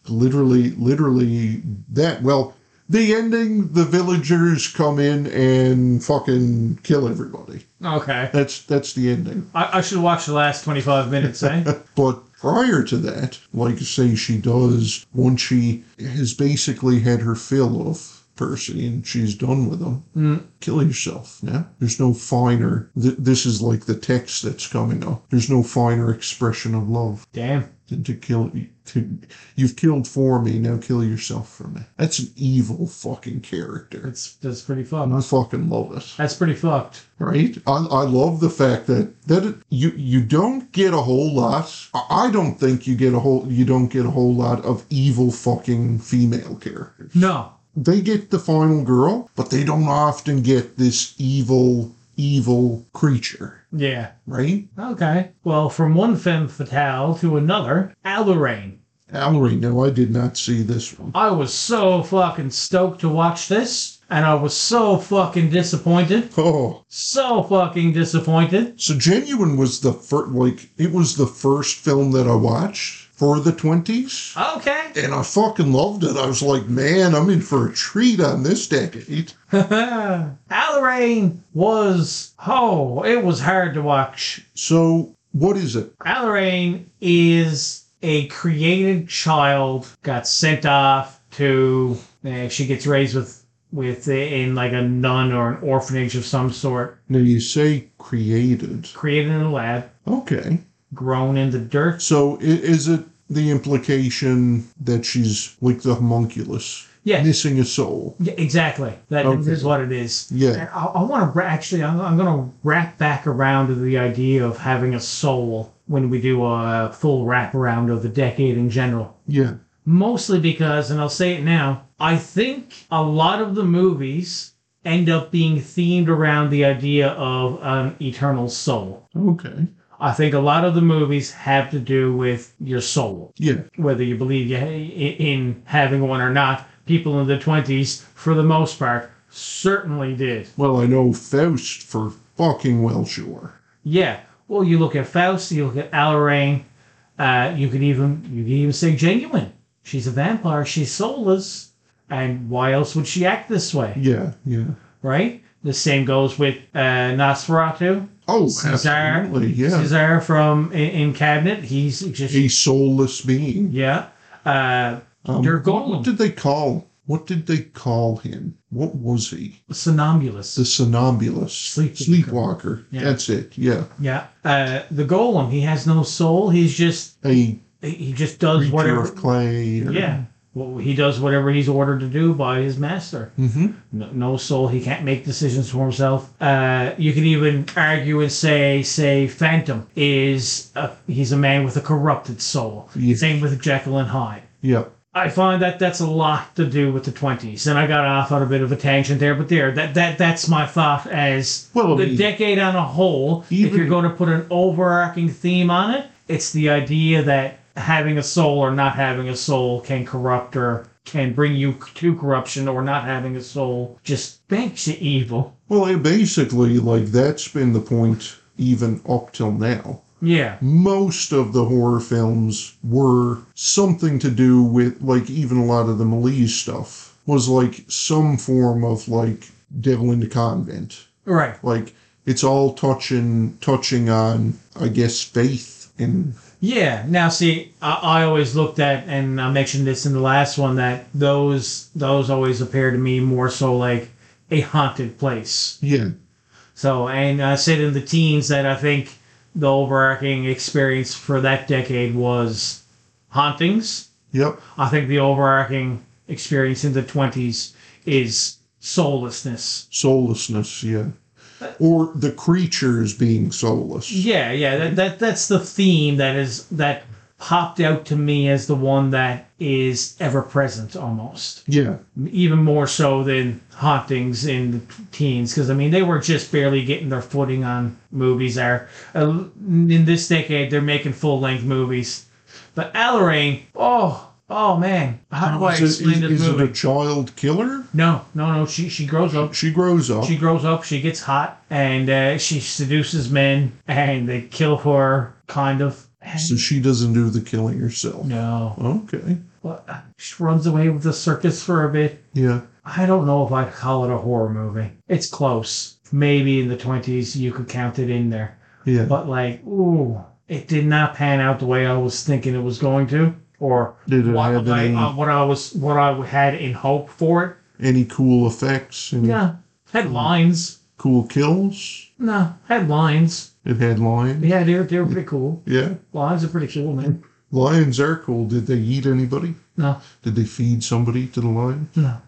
Speaker 1: literally, literally that. Well, the ending, the villagers come in and fucking kill everybody.
Speaker 2: Okay.
Speaker 1: That's that's the ending.
Speaker 2: I, I should watch the last twenty-five minutes. Eh?
Speaker 1: But prior to that, like you say, she does once she has basically had her fill of Percy and she's done with him.
Speaker 2: Mm.
Speaker 1: Kill yourself. Yeah. There's no finer. Th- this is like the text that's coming up. There's no finer expression of love
Speaker 2: Damn.
Speaker 1: than to kill. To, you've killed for me. Now kill yourself for me. That's an evil fucking character.
Speaker 2: That's that's pretty
Speaker 1: And I
Speaker 2: fucked.
Speaker 1: fucking love it
Speaker 2: That's pretty fucked.
Speaker 1: right? I, I love the fact that that it, you you don't get a whole lot. I I don't think you get a whole you don't get a whole lot of evil fucking female characters.
Speaker 2: No.
Speaker 1: They get the final girl, but they don't often get this evil evil creature,
Speaker 2: Yeah.
Speaker 1: right?
Speaker 2: Okay. Well, from one femme fatale to another, Alarain.
Speaker 1: Allery, no, I did not see this one.
Speaker 2: I was so fucking stoked to watch this, and I was so fucking disappointed.
Speaker 1: Oh,
Speaker 2: So fucking disappointed.
Speaker 1: so genuine was the first like it was the first film that I watched for the twenties.
Speaker 2: Okay.
Speaker 1: and I fucking loved it. I was like, man, I'm in for a treat on this decade.
Speaker 2: Alarain was. Oh, it was hard to watch.
Speaker 1: So, what is it?
Speaker 2: Alarain is a created child, got sent off to. eh, she gets raised with. With eh, in like a nun or an orphanage of some sort,
Speaker 1: Now, you say created.
Speaker 2: created in a lab,
Speaker 1: Okay.
Speaker 2: grown in the dirt.
Speaker 1: So, i- is it the implication that she's like the homunculus,
Speaker 2: Yeah,
Speaker 1: missing a soul?
Speaker 2: yeah exactly. That is
Speaker 1: Okay.
Speaker 2: what it is. And
Speaker 1: Yeah.
Speaker 2: I, I want to actually, I'm, I'm going to wrap back around to the idea of having a soul when we do a full wraparound of the decade in general.
Speaker 1: Yeah.
Speaker 2: Mostly because, and I'll say it now, I think a lot of the movies end up being themed around the idea of an eternal soul.
Speaker 1: Okay.
Speaker 2: I think a lot of the movies have to do with your soul.
Speaker 1: Yeah.
Speaker 2: whether you believe you- in having one or not, people in the 20s, for the most part, certainly did.
Speaker 1: Well, I know Faust for fucking well sure.
Speaker 2: Yeah. Well, you look at Faust, you look at Alarain, uh, you could even you could even say genuine. She's a vampire. She's soulless. And why else would she act this way,
Speaker 1: Yeah, yeah.
Speaker 2: right? The same goes with uh, Nosferatu.
Speaker 1: Oh,
Speaker 2: Caesar.
Speaker 1: absolutely. Yeah.
Speaker 2: Cesare from in, in Cabinet. He's just
Speaker 1: A soulless being.
Speaker 2: yeah. Uh,
Speaker 1: Um,
Speaker 2: They're golem.
Speaker 1: What did they call? What did they call him? What was he?
Speaker 2: somnambulist.
Speaker 1: The somnambulist.
Speaker 2: Sleepwalker.
Speaker 1: Sleepwalker.
Speaker 2: Yeah.
Speaker 1: That's it. Yeah.
Speaker 2: Yeah. Uh, the golem. He has no soul. He's just
Speaker 1: A
Speaker 2: he just does
Speaker 1: creature
Speaker 2: whatever.
Speaker 1: of clay. Or,
Speaker 2: Yeah. Well, he does whatever he's ordered to do by his master.
Speaker 1: hmm
Speaker 2: No, no soul. He can't make decisions for himself. Uh, you could even argue and say, say, Phantom is a, he's a man with a corrupted soul.
Speaker 1: Yeah.
Speaker 2: Same with Jekyll and Hyde.
Speaker 1: Yeah.
Speaker 2: I find that that's a lot to do with the twenties, and I got off on a bit of a tangent there, but there, that that that's my thought as
Speaker 1: Well, I
Speaker 2: the
Speaker 1: mean-
Speaker 2: decade on a whole. if
Speaker 1: Even-
Speaker 2: you're going to put an overarching theme on it, it's the idea that having a soul or not having a soul can corrupt or can bring you to corruption, or not having a soul just makes you evil.
Speaker 1: Well, I basically, like that's been the point even up till now.
Speaker 2: Yeah,
Speaker 1: Most of the horror films were something to do with, like, even a lot of the Malise stuff was like some form of like devil in the convent.
Speaker 2: right.
Speaker 1: like it's all touching touching on i guess faith and
Speaker 2: Yeah. Now, see, I, I always looked at, and I mentioned this in the last one, that those those always appear to me more so like a haunted place.
Speaker 1: yeah
Speaker 2: So, and I said in the teens that I think the overarching experience for that decade was hauntings.
Speaker 1: yep
Speaker 2: I think the overarching experience in the twenties is soullessness.
Speaker 1: soullessness yeah or the creatures being soulless
Speaker 2: Yeah, yeah. That, that that's the theme that is that popped out to me as the one that is ever present almost.
Speaker 1: yeah
Speaker 2: even more so than hauntings in the teens because i mean they were just barely getting their footing on movies there uh, in this decade they're making full-length movies but Allerain, oh oh man how do i
Speaker 1: is, it-
Speaker 2: explain
Speaker 1: is-
Speaker 2: this
Speaker 1: is it
Speaker 2: movie
Speaker 1: a child killer
Speaker 2: no no no she she grows up
Speaker 1: she grows up
Speaker 2: she grows up she gets hot and uh, she seduces men and they kill her kind of
Speaker 1: so she doesn't do the killing herself
Speaker 2: no
Speaker 1: okay
Speaker 2: Well, she runs away with the circus for a bit
Speaker 1: yeah
Speaker 2: I don't know if I'd call it a horror movie. It's close. Maybe in the 20s you could count it in there.
Speaker 1: yeah
Speaker 2: But like, ooh, it did not pan out the way I was thinking it was going to or
Speaker 1: did it
Speaker 2: what
Speaker 1: have
Speaker 2: I,
Speaker 1: any,
Speaker 2: uh, what I was what I had in hope for it.
Speaker 1: any cool effects any
Speaker 2: Yeah. Had lines.
Speaker 1: cool kills
Speaker 2: No, had lines.
Speaker 1: it had lions
Speaker 2: Yeah, they're they're pretty cool.
Speaker 1: yeah
Speaker 2: Lines are pretty cool, man.
Speaker 1: lions are cool did they eat anybody
Speaker 2: No,
Speaker 1: did they feed somebody to the lion
Speaker 2: no.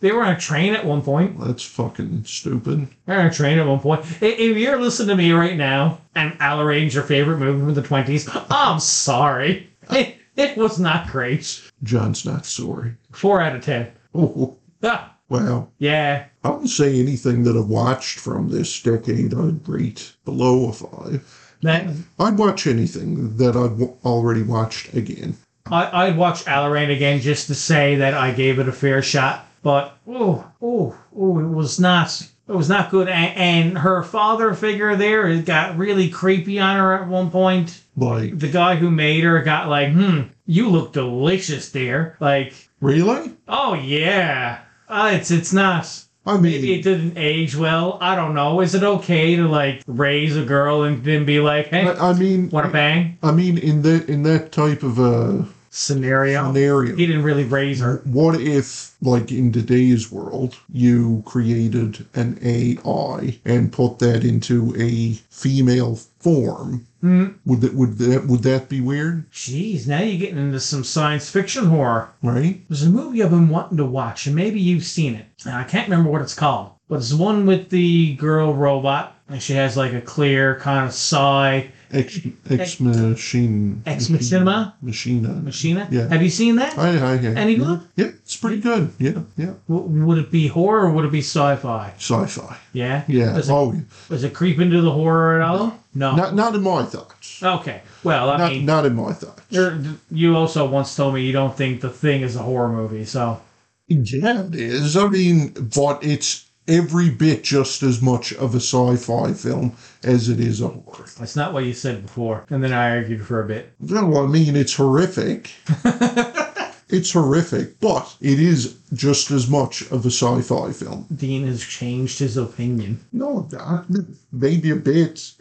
Speaker 2: They were on a train at one point.
Speaker 1: that's fucking stupid
Speaker 2: They're on a train at one point. I- If you're listening to me right now and I'll arrange your favorite movie from the 20s, I'm sorry. It, it was not great.
Speaker 1: John's not sorry.
Speaker 2: Four out of 10.
Speaker 1: Oh,
Speaker 2: Ah,
Speaker 1: wow.
Speaker 2: yeah.
Speaker 1: I wouldn't say anything that I've watched from this decade I'd rate below a five.
Speaker 2: That,
Speaker 1: I'd watch anything that I've w- already watched again.
Speaker 2: I, I'd watch Alarain again just to say that I gave it a fair shot. But, oh, oh, oh, it was not. It was not good. And, and her father figure there, it got really creepy on her at one point.
Speaker 1: Like,
Speaker 2: The guy who made her got like, hmm, you look delicious there. Like,
Speaker 1: really?
Speaker 2: Oh yeah, uh, it's it's not.
Speaker 1: I
Speaker 2: Maybe
Speaker 1: mean,
Speaker 2: it didn't age well. I don't know. Is it okay to like raise a girl and then be like, hey,
Speaker 1: I I mean,
Speaker 2: want to bang?
Speaker 1: I mean, in that in that type of a
Speaker 2: Scenario. He
Speaker 1: scenario,
Speaker 2: didn't really raise her.
Speaker 1: what if, like in today's world, you created an AI and put that into a female form?
Speaker 2: Hmm.
Speaker 1: Would that would that would that be weird?
Speaker 2: Jeez, now you're getting into some science fiction horror.
Speaker 1: Right?
Speaker 2: There's a movie I've been wanting to watch, and maybe you've seen it. And I can't remember what it's called, but it's one with the girl robot, and she has like a clear kind of sigh.
Speaker 1: Ex, ex machine.
Speaker 2: Ex Machina?
Speaker 1: Machina.
Speaker 2: Machina.
Speaker 1: Yeah.
Speaker 2: Have you seen that?
Speaker 1: I, I, I,
Speaker 2: Any good?
Speaker 1: Yeah, it's pretty good. Yeah, yeah.
Speaker 2: W- would it be horror or would it be sci-fi?
Speaker 1: Sci-fi.
Speaker 2: Yeah.
Speaker 1: Yeah.
Speaker 2: Does it
Speaker 1: oh, yeah.
Speaker 2: Does it creep into the horror at all? No.
Speaker 1: not not in my thoughts.
Speaker 2: Okay. Well, I
Speaker 1: not
Speaker 2: mean,
Speaker 1: not in my thoughts.
Speaker 2: you're, you also once told me you don't think the thing is a horror movie, so
Speaker 1: Yeah, it is. I mean, but it's every bit just as much of a sci-fi film as it is a horror.
Speaker 2: that's not what you said before. And then I argued for a bit.
Speaker 1: No, I mean it's horrific. It's horrific, but it is just as much of a sci-fi film.
Speaker 2: Dean has changed his opinion.
Speaker 1: No, I- maybe a bit.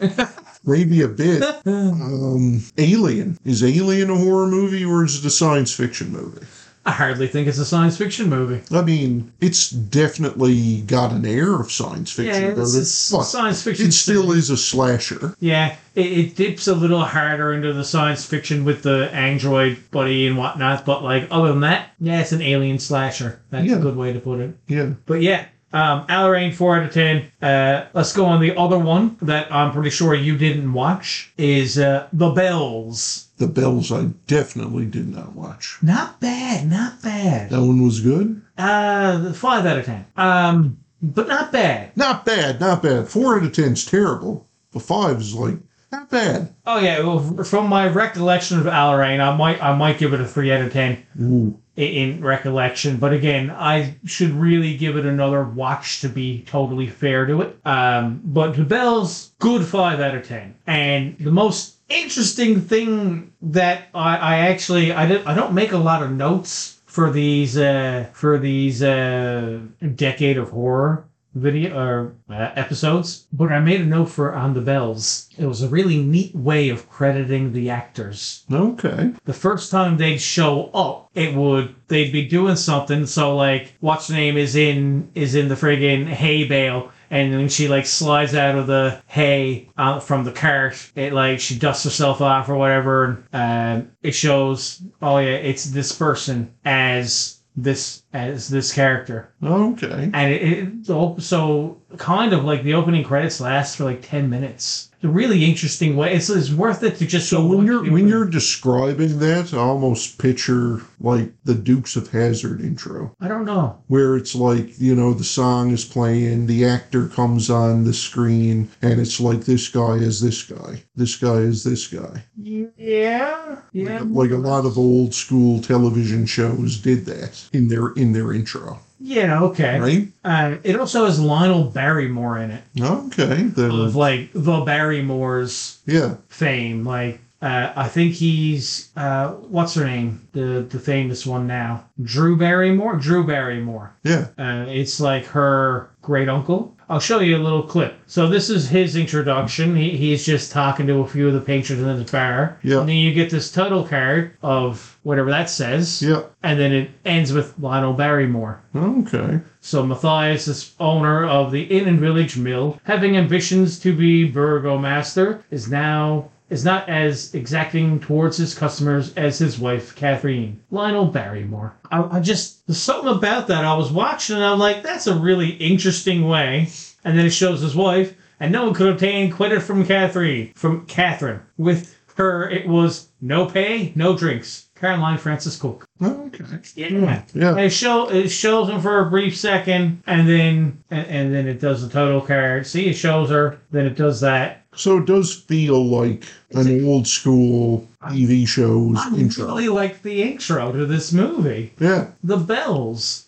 Speaker 1: Maybe a bit. Um, Alien is Alien a horror movie or is it a science fiction movie?
Speaker 2: I hardly think it's a science fiction movie.
Speaker 1: I mean, it's definitely got an air of science fiction.
Speaker 2: Yeah,
Speaker 1: does
Speaker 2: it's, it's
Speaker 1: it? But
Speaker 2: science fiction.
Speaker 1: it still is a slasher.
Speaker 2: Yeah, it, it dips a little harder into the science fiction with the android buddy and whatnot, but like other than that, yeah, it's an alien slasher. That's
Speaker 1: Yeah.
Speaker 2: a good way to put it.
Speaker 1: Yeah.
Speaker 2: But yeah, um, Alarain, four out of ten. Uh, let's go on the other one that I'm pretty sure you didn't watch is uh, The Bells.
Speaker 1: The Bells I definitely did not watch.
Speaker 2: Not bad, not bad.
Speaker 1: That one was good.
Speaker 2: Uh, five out of ten. Um, but not bad.
Speaker 1: Not bad, not bad. Four out of ten's terrible, but five is like not bad.
Speaker 2: Oh yeah, well, from my recollection of Alarain, I might I might give it a three out of ten.
Speaker 1: Ooh.
Speaker 2: i- in recollection. But again, I should really give it another watch to be totally fair to it. Um, but the bells, good five out of ten. And the most interesting thing that I, I actually I did I don't make a lot of notes for these uh, for these uh, decade of horror video or uh, episodes but i made a note for on the bells it was a really neat way of crediting the actors
Speaker 1: Okay.
Speaker 2: the first time they'd show up, it would they'd be doing something. So like, what's her name is in is in the friggin' hay bale, and when she like slides out of the hay uh, from the cart, it like she dusts herself off or whatever, and um, it shows. Oh yeah, it's this person as this as this character,
Speaker 1: Okay.
Speaker 2: and it, it so- so kind of like the opening credits last for like ten minutes. It's a really interesting way. It's, it's worth it to just
Speaker 1: So when
Speaker 2: watch
Speaker 1: you're
Speaker 2: the
Speaker 1: when
Speaker 2: opening-
Speaker 1: you're describing that, I almost picture like the Dukes of Hazard intro,
Speaker 2: I don't know.
Speaker 1: where it's like you know the song is playing, the actor comes on the screen, and it's like this guy is this guy, this guy is this guy.
Speaker 2: Yeah, yeah.
Speaker 1: Like a lot of old school television shows did that in their in their intro,
Speaker 2: Yeah, okay.
Speaker 1: right?
Speaker 2: Uh, it also has Lionel Barrymore in it,
Speaker 1: Okay.
Speaker 2: of
Speaker 1: The,
Speaker 2: like the Barrymore's
Speaker 1: yeah.
Speaker 2: fame. Like, uh, I think he's uh, what's her name, the the famous one now, Drew Barrymore. Drew Barrymore.
Speaker 1: Yeah.
Speaker 2: Uh, it's like her great uncle. I'll show you a little clip. So this is his introduction. He, he's just talking to a few of the patrons in the bar.
Speaker 1: Yeah.
Speaker 2: And then you get this title card of whatever that says.
Speaker 1: Yeah.
Speaker 2: And then it ends with Lionel Barrymore.
Speaker 1: Okay.
Speaker 2: So Matthias is owner of the Inn and Village Mill, having ambitions to be burgomaster, is now is not as exacting towards his customers as his wife Catherine Lionel Barrymore. I, I just there's something about that I was watching and I'm like, that's a really interesting way. And then it shows his wife, and no one could obtain credit from Catherine from Catherine. With her, it was no pay, no drinks. Caroline Francis Cook.
Speaker 1: Okay.
Speaker 2: Yeah.
Speaker 1: Yeah.
Speaker 2: It show it shows him for a brief second, and then and, and then it does the total card. See, it shows her, then it does that.
Speaker 1: So it does feel like an old school TV show's
Speaker 2: I
Speaker 1: intro.
Speaker 2: really like the intro to this movie,
Speaker 1: Yeah.
Speaker 2: The Bells,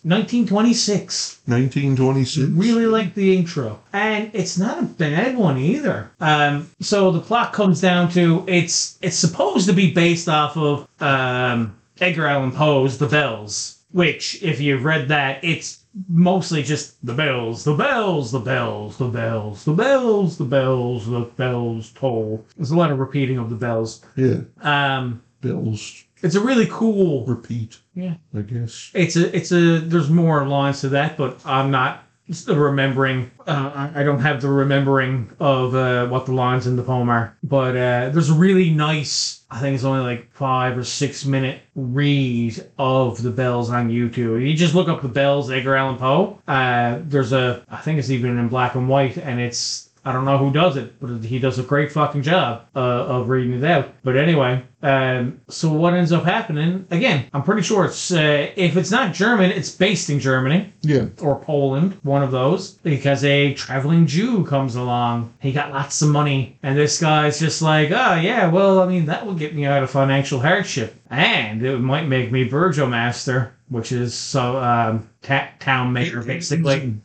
Speaker 2: 1926.
Speaker 1: 1926.
Speaker 2: Really like the intro, and it's not a bad one either. Um, so the plot comes down to it's it's supposed to be based off of um, Edgar Allan Poe's The Bells, which if you've read that, it's mostly just the bells, the bells, the bells, the bells, the bells, the bells, the bells toll. There's a lot of repeating of the bells.
Speaker 1: Yeah.
Speaker 2: Um,
Speaker 1: Bills
Speaker 2: it's a really cool.
Speaker 1: repeat,
Speaker 2: Yeah.
Speaker 1: I guess.
Speaker 2: It's a. It's a. There's more lines to that, but I'm not remembering. Uh, I I don't have the remembering of uh, what the lines in the poem are. But uh, there's a really nice. I think it's only like five or six minute read of the bells on YouTube. You just look up the bells, Edgar Allan Poe. Uh, there's a. I think it's even in black and white, and it's I don't know who does it, but he does a great fucking job uh, of reading it out. But anyway, um, so what ends up happening? Again, I'm pretty sure it's uh, if it's not German, it's based in Germany
Speaker 1: Yeah.
Speaker 2: or Poland, one of those, because a traveling Jew comes along. He got lots of money, and this guy's just like, oh yeah, well, I mean, that will get me out of financial hardship, and it might make me burgomaster, which is so um, ta- town mayor basically.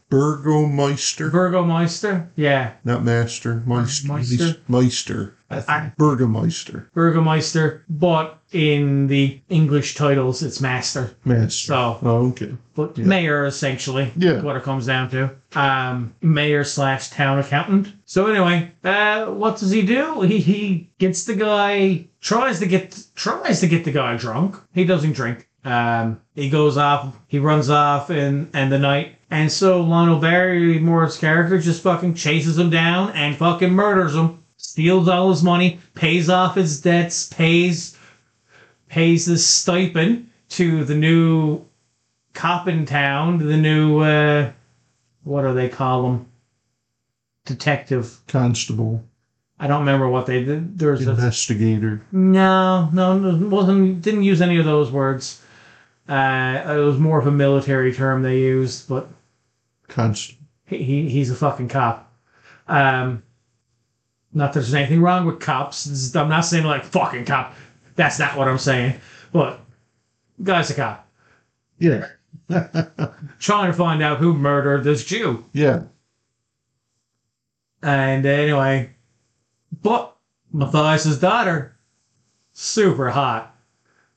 Speaker 1: Burgomeister.
Speaker 2: Burgomeister, yeah.
Speaker 1: not master. Meister.
Speaker 2: Meister.
Speaker 1: Meister.
Speaker 2: I-
Speaker 1: Burgomeister.
Speaker 2: Burgermeister, but in the English titles, it's master.
Speaker 1: Master.
Speaker 2: So,
Speaker 1: Oh, okay.
Speaker 2: but
Speaker 1: Yeah.
Speaker 2: mayor essentially.
Speaker 1: Yeah.
Speaker 2: is What it comes down to. Um, mayor slash town accountant. So anyway, uh, what does he do? He he gets the guy tries to get tries to get the guy drunk. He doesn't drink. Um, he goes off. He runs off in and the night. And so Lionel Barry Moore's character just fucking chases him down and fucking murders him. Steals all his money, pays off his debts, pays pays his stipend to the new cop in town, the new uh, what do they call them? Detective.
Speaker 1: Constable.
Speaker 2: I don't remember what they did. There was a,
Speaker 1: Investigator.
Speaker 2: no, no, no, wasn't didn't use any of those words. Uh, it was more of a military term they used, but
Speaker 1: Constable.
Speaker 2: he, he he's a fucking cop. Um, not that there's anything wrong with cops. This is- I'm not saying like fucking cop. That's not what I'm saying. But guy's a cop
Speaker 1: Yeah.
Speaker 2: trying to find out who murdered this Jew.
Speaker 1: Yeah.
Speaker 2: And anyway, but Matthias' daughter, super hot.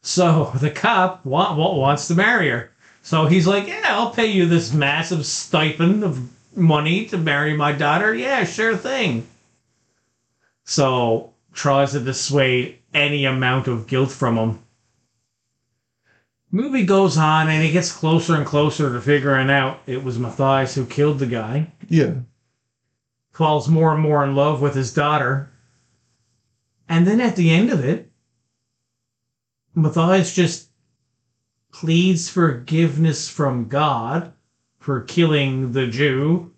Speaker 2: So the cop wa- wa- wants to marry her. So he's like, Yeah, I'll pay you this massive stipend of money to marry my daughter. Yeah, sure thing. So tries to dissuade any amount of guilt from him. Movie goes on and he gets closer and closer to figuring out it was Matthias who killed the guy
Speaker 1: Yeah.
Speaker 2: falls more and more in love with his daughter. And then at the end of it, Matthias just pleads forgiveness from God for killing the Jew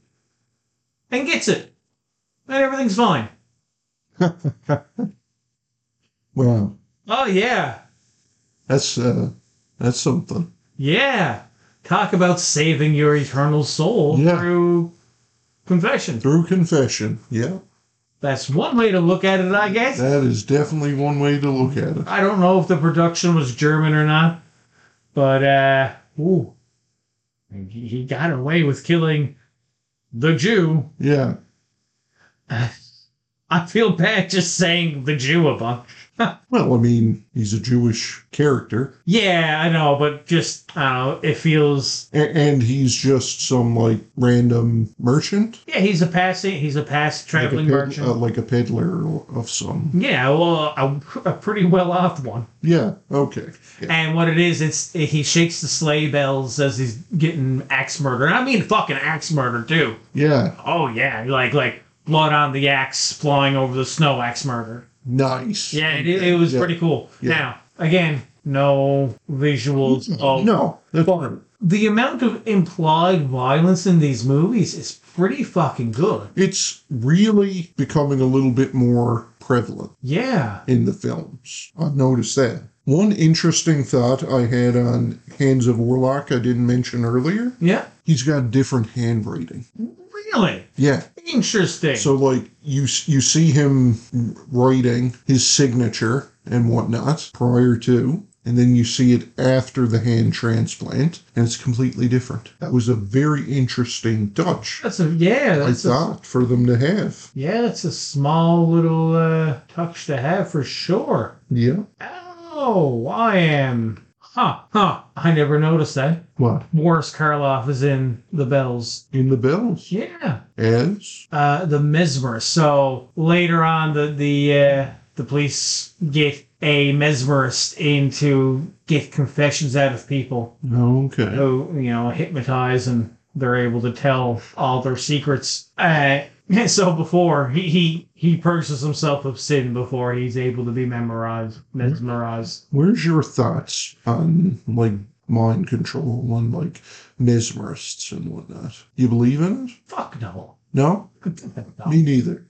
Speaker 2: and gets it. And everything's fine.
Speaker 1: Wow.
Speaker 2: Oh, yeah.
Speaker 1: That's uh that's something.
Speaker 2: Yeah. Talk about saving your eternal soul
Speaker 1: Yeah.
Speaker 2: through confession.
Speaker 1: Through confession. Yeah.
Speaker 2: That's one way to look at it, I guess.
Speaker 1: That is definitely one way to look at it.
Speaker 2: I don't know if the production was German or not, but uh, ooh, he he got away with killing the Jew.
Speaker 1: Yeah.
Speaker 2: I feel bad just saying the Jew a bunch.
Speaker 1: Well, I mean, he's a Jewish character.
Speaker 2: Yeah, I know, but just I don't know. It feels
Speaker 1: A- and he's just some like random merchant,
Speaker 2: yeah. He's a passing. He's a past traveling
Speaker 1: like a ped-
Speaker 2: merchant.
Speaker 1: uh, like a peddler of some.
Speaker 2: yeah, well, a, a pretty well off one.
Speaker 1: Yeah. Okay. Yeah.
Speaker 2: And what it is, it's he shakes the sleigh bells as he's getting axe murder. And I mean fucking axe murder too.
Speaker 1: yeah.
Speaker 2: Oh yeah, like like blood on the axe flying over the snow axe murder.
Speaker 1: Nice.
Speaker 2: Yeah, it, it was
Speaker 1: Yeah.
Speaker 2: pretty cool.
Speaker 1: Yeah.
Speaker 2: Now again, no visuals. of
Speaker 1: No, that's
Speaker 2: The amount of implied violence in these movies is pretty fucking good.
Speaker 1: it's really becoming a little bit more prevalent
Speaker 2: Yeah.
Speaker 1: in the films. I've noticed that. One interesting thought I had on Hands of Warlock I didn't mention earlier.
Speaker 2: Yeah.
Speaker 1: He's got different handwriting.
Speaker 2: Really
Speaker 1: Yeah.
Speaker 2: interesting.
Speaker 1: So like you you see him writing his signature and whatnot prior to, and then you see it after the hand transplant, and it's completely different. That was a very interesting touch.
Speaker 2: that's a yeah.
Speaker 1: I
Speaker 2: That's a,
Speaker 1: thought for them to have.
Speaker 2: yeah. That's a small little uh, touch to have for sure.
Speaker 1: Yeah.
Speaker 2: Oh, I am. Huh. Huh. I never noticed that.
Speaker 1: What
Speaker 2: Boris Karloff is in The Bells.
Speaker 1: in the bells
Speaker 2: Yeah.
Speaker 1: as
Speaker 2: Uh, the mesmer. So later on, the the uh, the police get a mesmerist in to get confessions out of people
Speaker 1: okay.
Speaker 2: who you know hypnotize, and they're able to tell all their secrets. Uh, so before he, he he purges himself of sin before he's able to be memorized mesmerized.
Speaker 1: Where's your thoughts on like mind control and like mesmerists and whatnot? You believe in it?
Speaker 2: Fuck no.
Speaker 1: No,
Speaker 2: No.
Speaker 1: me neither.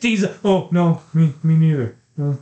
Speaker 2: These oh no me me neither. No.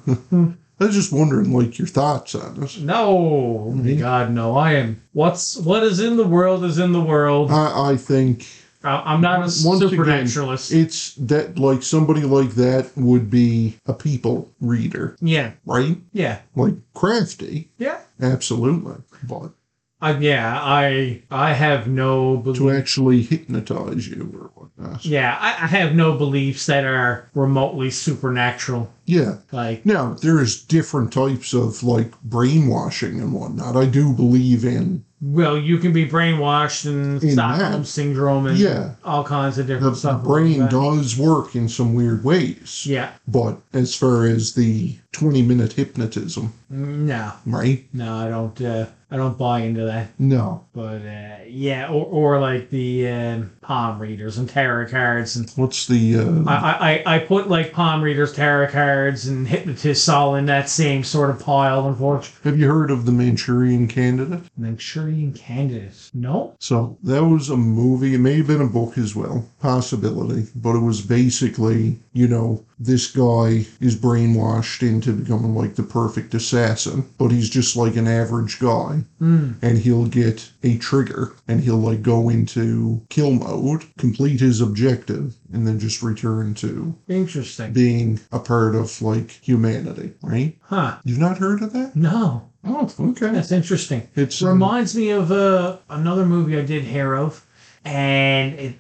Speaker 1: I was just wondering like your thoughts on it.
Speaker 2: No, oh my
Speaker 1: Mhm.
Speaker 2: God, no! I am. What's what is in the world is in the world.
Speaker 1: I, I think
Speaker 2: I, I'm not a
Speaker 1: Uh, once again,
Speaker 2: supernaturalist.
Speaker 1: it's that like somebody like that would be a people reader,
Speaker 2: yeah,
Speaker 1: right?
Speaker 2: yeah,
Speaker 1: Like crafty,
Speaker 2: yeah.
Speaker 1: absolutely. But
Speaker 2: I, yeah, I I have no
Speaker 1: to
Speaker 2: belief.
Speaker 1: actually hypnotize you or us.
Speaker 2: Yeah, I, I have no beliefs that are remotely supernatural.
Speaker 1: Yeah.
Speaker 2: Like,
Speaker 1: Now, there is different types of like brainwashing and whatnot. I do believe in
Speaker 2: well, you can be brainwashed and
Speaker 1: In
Speaker 2: Stockholm
Speaker 1: that.
Speaker 2: syndrome and
Speaker 1: Yeah.
Speaker 2: all kinds of
Speaker 1: the
Speaker 2: different stuff. like
Speaker 1: brain
Speaker 2: that.
Speaker 1: does work in some weird ways.
Speaker 2: Yeah,
Speaker 1: But as far as the 20 minute hypnotism,
Speaker 2: no,
Speaker 1: right?
Speaker 2: no, I don't. Uh, I don't buy into that.
Speaker 1: No.
Speaker 2: But uh, yeah, or, or like the um palm readers and tarot cards and.
Speaker 1: What's the. Uh,
Speaker 2: I, I, I put like palm readers, tarot cards, and hypnotists all in that same sort of pile, unfortunately.
Speaker 1: have you heard of The Manchurian Candidate?
Speaker 2: Manchurian candidates. No?
Speaker 1: So that was a movie. It may have been a book as well, possibility. But it was basically, you know, this guy is brainwashed into becoming like the perfect assassin, but he's just like an average guy,
Speaker 2: Hmm.
Speaker 1: and he'll get a trigger, and he'll like go into kill mode, complete his objective, and then just return to
Speaker 2: Interesting.
Speaker 1: being a part of like humanity. Right?
Speaker 2: Huh.
Speaker 1: You've not heard of that?
Speaker 2: No.
Speaker 1: Oh, okay.
Speaker 2: That's interesting.
Speaker 1: It's um,
Speaker 2: Reminds me of uh, another movie I did hear of. And it,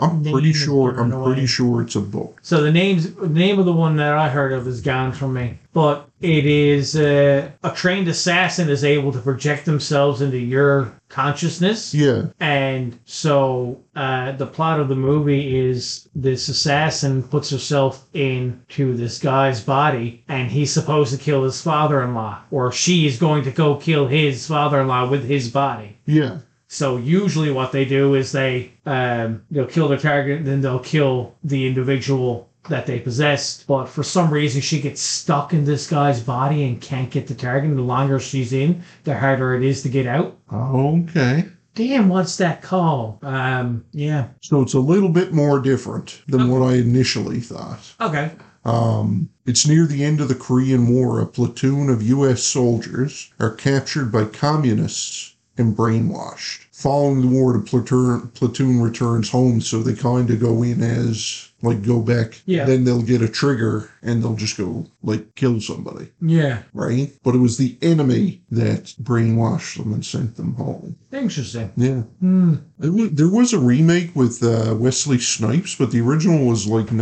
Speaker 1: I'm
Speaker 2: Name
Speaker 1: pretty
Speaker 2: is
Speaker 1: sure. I'm
Speaker 2: Paranoid.
Speaker 1: pretty sure it's a book.
Speaker 2: so the name's the name of the one that I heard of is gone from me, but it is uh, a trained assassin is able to project themselves into your consciousness.
Speaker 1: Yeah.
Speaker 2: And so uh, the plot of the movie is this assassin puts herself into this guy's body, and he's supposed to kill his father in law, or she is going to go kill his father in law with his body.
Speaker 1: Yeah.
Speaker 2: So usually, what they do is they um, they'll kill their target, then they'll kill the individual that they possessed. But for some reason, she gets stuck in this guy's body and can't get the target. The longer she's in, the harder it is to get out.
Speaker 1: Okay.
Speaker 2: Damn, what's that called? Um, yeah.
Speaker 1: So it's a little bit more different than what I initially thought.
Speaker 2: Okay.
Speaker 1: Um, it's near the end of the Korean War. A platoon of U.S. soldiers are captured by communists and brainwashed. Following the war, the platoon, platoon returns home, so they kind of go in as like go back.
Speaker 2: Yeah.
Speaker 1: Then they'll get a trigger and they'll just go like kill somebody,
Speaker 2: Yeah.
Speaker 1: right? But it was the enemy that brainwashed them and sent them home.
Speaker 2: Interesting.
Speaker 1: Yeah.
Speaker 2: Hmm.
Speaker 1: It wa- There was a remake with uh, Wesley Snipes, but the original was like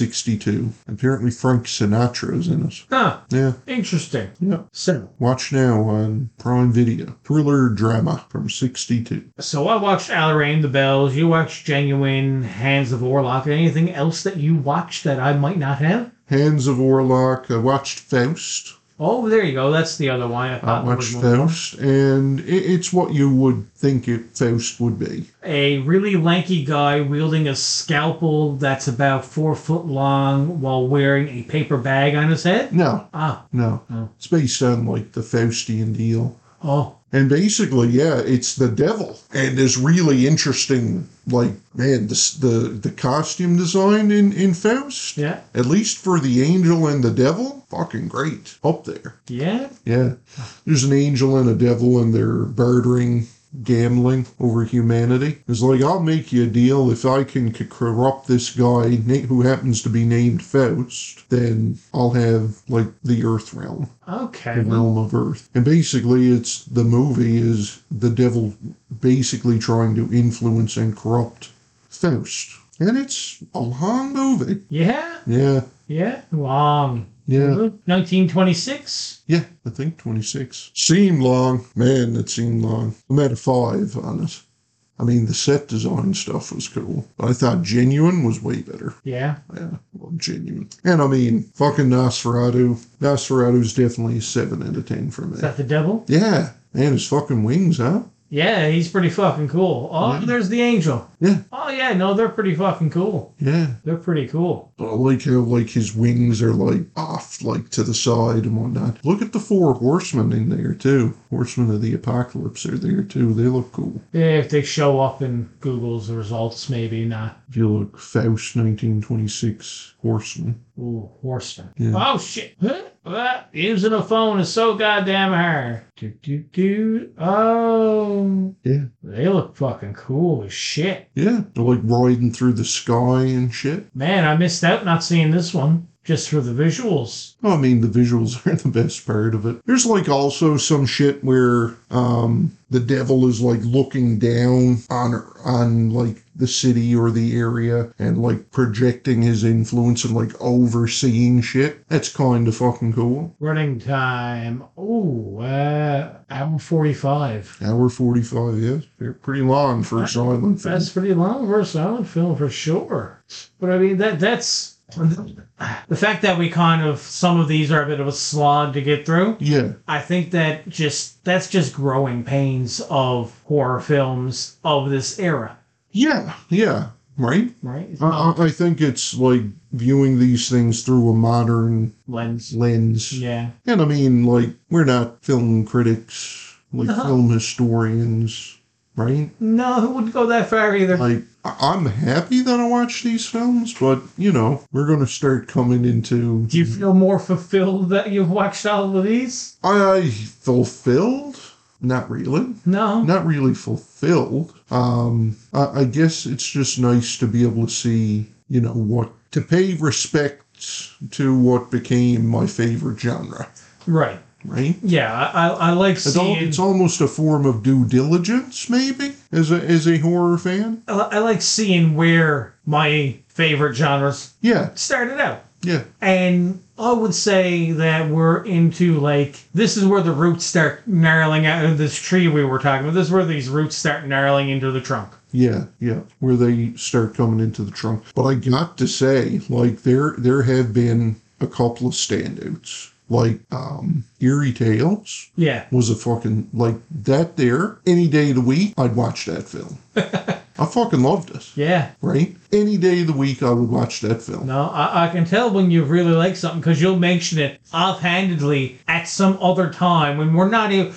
Speaker 1: 1962. Apparently, Frank Sinatra's in it.
Speaker 2: Huh.
Speaker 1: Yeah,
Speaker 2: Interesting.
Speaker 1: yeah.
Speaker 2: So,
Speaker 1: Watch now on Prime Video. Thriller drama from 62.
Speaker 2: so I watched Alarain, The Bells. You watched Genuine, Hands of Orlok. Anything else that you watched that I might not have?
Speaker 1: Hands of Orlok. I watched Faust.
Speaker 2: Oh, there you go. That's the other one. I
Speaker 1: I
Speaker 2: thought there was
Speaker 1: watched
Speaker 2: one more.
Speaker 1: Faust, and i it's what you would think it, Faust would be.
Speaker 2: A really lanky guy wielding a scalpel that's about four foot long while wearing a paper bag on his head.
Speaker 1: No,
Speaker 2: Ah.
Speaker 1: no.
Speaker 2: Oh.
Speaker 1: It's based on like the Faustian deal.
Speaker 2: Oh.
Speaker 1: And basically, yeah, it's the devil, and there's really interesting, like man, this, the the costume design in in Faust,
Speaker 2: Yeah.
Speaker 1: at least for the angel and the devil, fucking great up there.
Speaker 2: Yeah.
Speaker 1: Yeah, there's an angel and a devil, and they're bartering, gambling over humanity. It's like I'll make you a deal if I can c- corrupt this guy na- who happens to be named Faust, then I'll have like the Earth realm
Speaker 2: Okay.
Speaker 1: the realm of earth and basically it's the movie is the devil basically trying to influence and corrupt faust and it's a long movie
Speaker 2: Yeah.
Speaker 1: yeah
Speaker 2: Yeah, long.
Speaker 1: yeah
Speaker 2: 1926.
Speaker 1: yeah i think 26 seemed long man it seemed long i'm at a five on it i mean the set design stuff was cool but i thought genuine was way better
Speaker 2: Yeah.
Speaker 1: yeah well genuine and i mean fucking nosferatu nosferatu's definitely a 7 out of 10 for me
Speaker 2: Is that the devil?
Speaker 1: yeah and his fucking wings huh
Speaker 2: Yeah, he's pretty fucking cool. Oh,
Speaker 1: Yeah.
Speaker 2: there's the angel.
Speaker 1: Yeah.
Speaker 2: Oh, yeah, no, they're pretty fucking cool.
Speaker 1: Yeah,
Speaker 2: They're pretty cool.
Speaker 1: but I like how like his wings are like off, like to the side and whatnot. Look at the four horsemen in there too. Horsemen of the apocalypse are there too. They look cool.
Speaker 2: Yeah, if they show up in Google's results, maybe not.
Speaker 1: If you look, Faust, nineteen twenty-six, horsemen.
Speaker 2: Ooh, horseman.
Speaker 1: Yeah.
Speaker 2: Oh, shit. Huh? Ah, using a phone is so goddamn hard. Do, do, do. Oh.
Speaker 1: Yeah,
Speaker 2: They look fucking cool as shit.
Speaker 1: yeah. They're like riding through the sky and shit.
Speaker 2: Man, I missed out not seeing this one just for the visuals.
Speaker 1: I mean, the visuals are the best part of it. There's like also some shit where um the devil is like looking down on on like the city or the area and like projecting his influence and like overseeing shit. That's kind of fucking cool.
Speaker 2: Running time. Oh, uh, hour 45.
Speaker 1: Hour 45, yeah. They're pretty long for a silent film.
Speaker 2: That's pretty long for a silent film for sure. But I mean that that's the fact that we kind of some of these are a bit of a slog to get through.
Speaker 1: Yeah,
Speaker 2: I think that just that's just growing pains of horror films of this era,
Speaker 1: yeah, yeah, right?
Speaker 2: right? It's
Speaker 1: I,
Speaker 2: not
Speaker 1: I I think it's like viewing these things through a modern
Speaker 2: lens.
Speaker 1: lens.
Speaker 2: Yeah.
Speaker 1: And I mean, like, we're not film critics, like
Speaker 2: No.
Speaker 1: film historians, right?
Speaker 2: No, who wouldn't go that far either?
Speaker 1: Like, I- I'm happy that I watch these films, but, you know, we're going to start coming into.
Speaker 2: Do you feel more fulfilled that you've watched all of these?
Speaker 1: I, I fulfilled? Not really.
Speaker 2: No.
Speaker 1: Not really fulfilled. Um, I, I guess it's just nice to be able to see, you know, what. To pay respect to what became my favorite genre,
Speaker 2: Right.
Speaker 1: right?
Speaker 2: Yeah, I, I I like
Speaker 1: It's, al-
Speaker 2: seeing.
Speaker 1: it's almost a form of due diligence, maybe, as a as a horror fan.
Speaker 2: Uh, I, I like seeing where my favorite genres
Speaker 1: Yeah,
Speaker 2: started out.
Speaker 1: yeah,
Speaker 2: And I would say that we're into like this is where the roots start gnarling out of this tree we were talking about. This is where these roots start gnarling into the trunk.
Speaker 1: yeah, yeah. Where they start coming into the trunk. But I got to say, like there there have been a couple of standouts, like um, Eerie Tales
Speaker 2: Yeah.
Speaker 1: was a fucking like that. There, any day of the week, I'd watch that film. I fucking loved it.
Speaker 2: Yeah.
Speaker 1: Right? Any day of the week, I would watch that film.
Speaker 2: No, I, I can tell when you really like something because you'll mention it offhandedly at some other time when we're not even.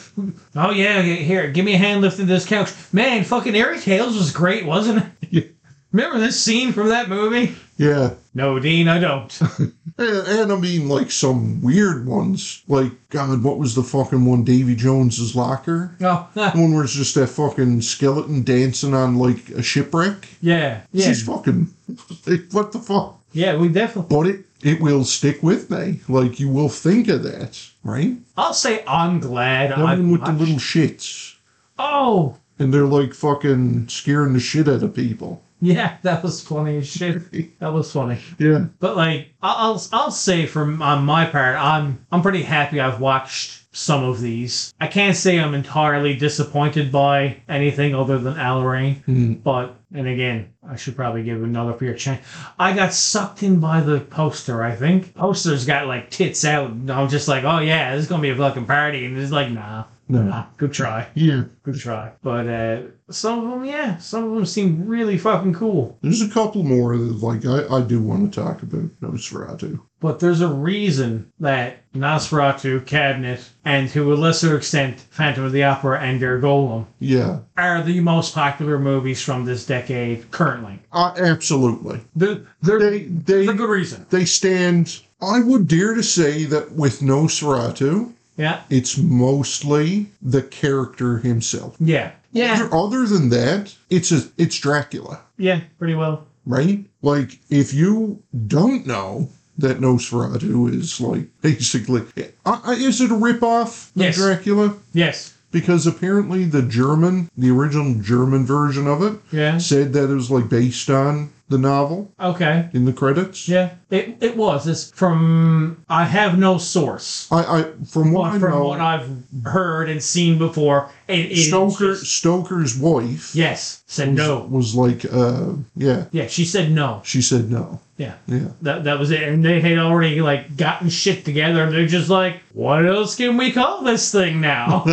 Speaker 2: Oh yeah, yeah, here, give me a hand lifting this couch, man. Fucking Airy Tales was great, wasn't it? Remember this scene from that movie?
Speaker 1: Yeah.
Speaker 2: No, Dean, I don't.
Speaker 1: And, and I mean, like some weird ones. Like, God, what was the fucking one? Davy Jones's locker.
Speaker 2: oh,
Speaker 1: One where it's just that fucking skeleton dancing on like a shipwreck.
Speaker 2: yeah,
Speaker 1: Yeah.
Speaker 2: yeah,
Speaker 1: fucking. like, what the fuck?
Speaker 2: yeah. We definitely.
Speaker 1: But it it will stick with me. Like you will think of that, right?
Speaker 2: I'll say I'm glad.
Speaker 1: That
Speaker 2: I
Speaker 1: one with the
Speaker 2: watched-
Speaker 1: little shits,
Speaker 2: Oh,
Speaker 1: and they're like fucking scaring the shit out of people.
Speaker 2: yeah, that was funny as shit. That was funny.
Speaker 1: Yeah.
Speaker 2: But like, I- I'll I'll say from on my part, I'm I'm pretty happy. I've watched some of these. I can't say I'm entirely disappointed by anything other than Allery.
Speaker 1: Mm.
Speaker 2: But and again, I should probably give another fair chance. I got sucked in by the poster. I think poster's got like tits out, and I'm just like, oh yeah, this is gonna be a fucking party, and it's like, nah,
Speaker 1: No.
Speaker 2: nah, good try,
Speaker 1: Yeah.
Speaker 2: good try. But uh, some of them, yeah, some of them seem really fucking cool.
Speaker 1: There's a couple more that like I, I do want to talk about Nosferatu.
Speaker 2: But there's a reason that Nosferatu, Cabinet, and to a lesser extent, Phantom of the Opera and Der Golem
Speaker 1: Yeah.
Speaker 2: are the most popular movies from this decade currently.
Speaker 1: Uh, absolutely.
Speaker 2: They're, they're,
Speaker 1: They they
Speaker 2: for good reason.
Speaker 1: they stand. I would dare to say that with Nosferatu,
Speaker 2: Yeah.
Speaker 1: it's mostly the character himself.
Speaker 2: Yeah. Yeah.
Speaker 1: Other than that, it's a it's Dracula,
Speaker 2: Yeah, pretty well.
Speaker 1: right? Like if you don't know that Nosferatu is like basically, I I- is it a ripoff of
Speaker 2: Yes.
Speaker 1: Dracula?
Speaker 2: Yes.
Speaker 1: Because apparently the German, the original German version of it,
Speaker 2: Yeah.
Speaker 1: said that it was like based on the novel
Speaker 2: Okay.
Speaker 1: in the credits.
Speaker 2: Yeah. It, it was. It's from, I have no source.
Speaker 1: I, I from what
Speaker 2: But
Speaker 1: I
Speaker 2: from
Speaker 1: know,
Speaker 2: what I've heard and seen before, it is.
Speaker 1: Stoker Stoker's wife
Speaker 2: Yes. Said no.
Speaker 1: was like uh yeah
Speaker 2: Yeah, she said no.
Speaker 1: she said no
Speaker 2: Yeah.
Speaker 1: yeah
Speaker 2: That, that was it. And they had already like gotten shit together and they're just like, what else can we call this thing now?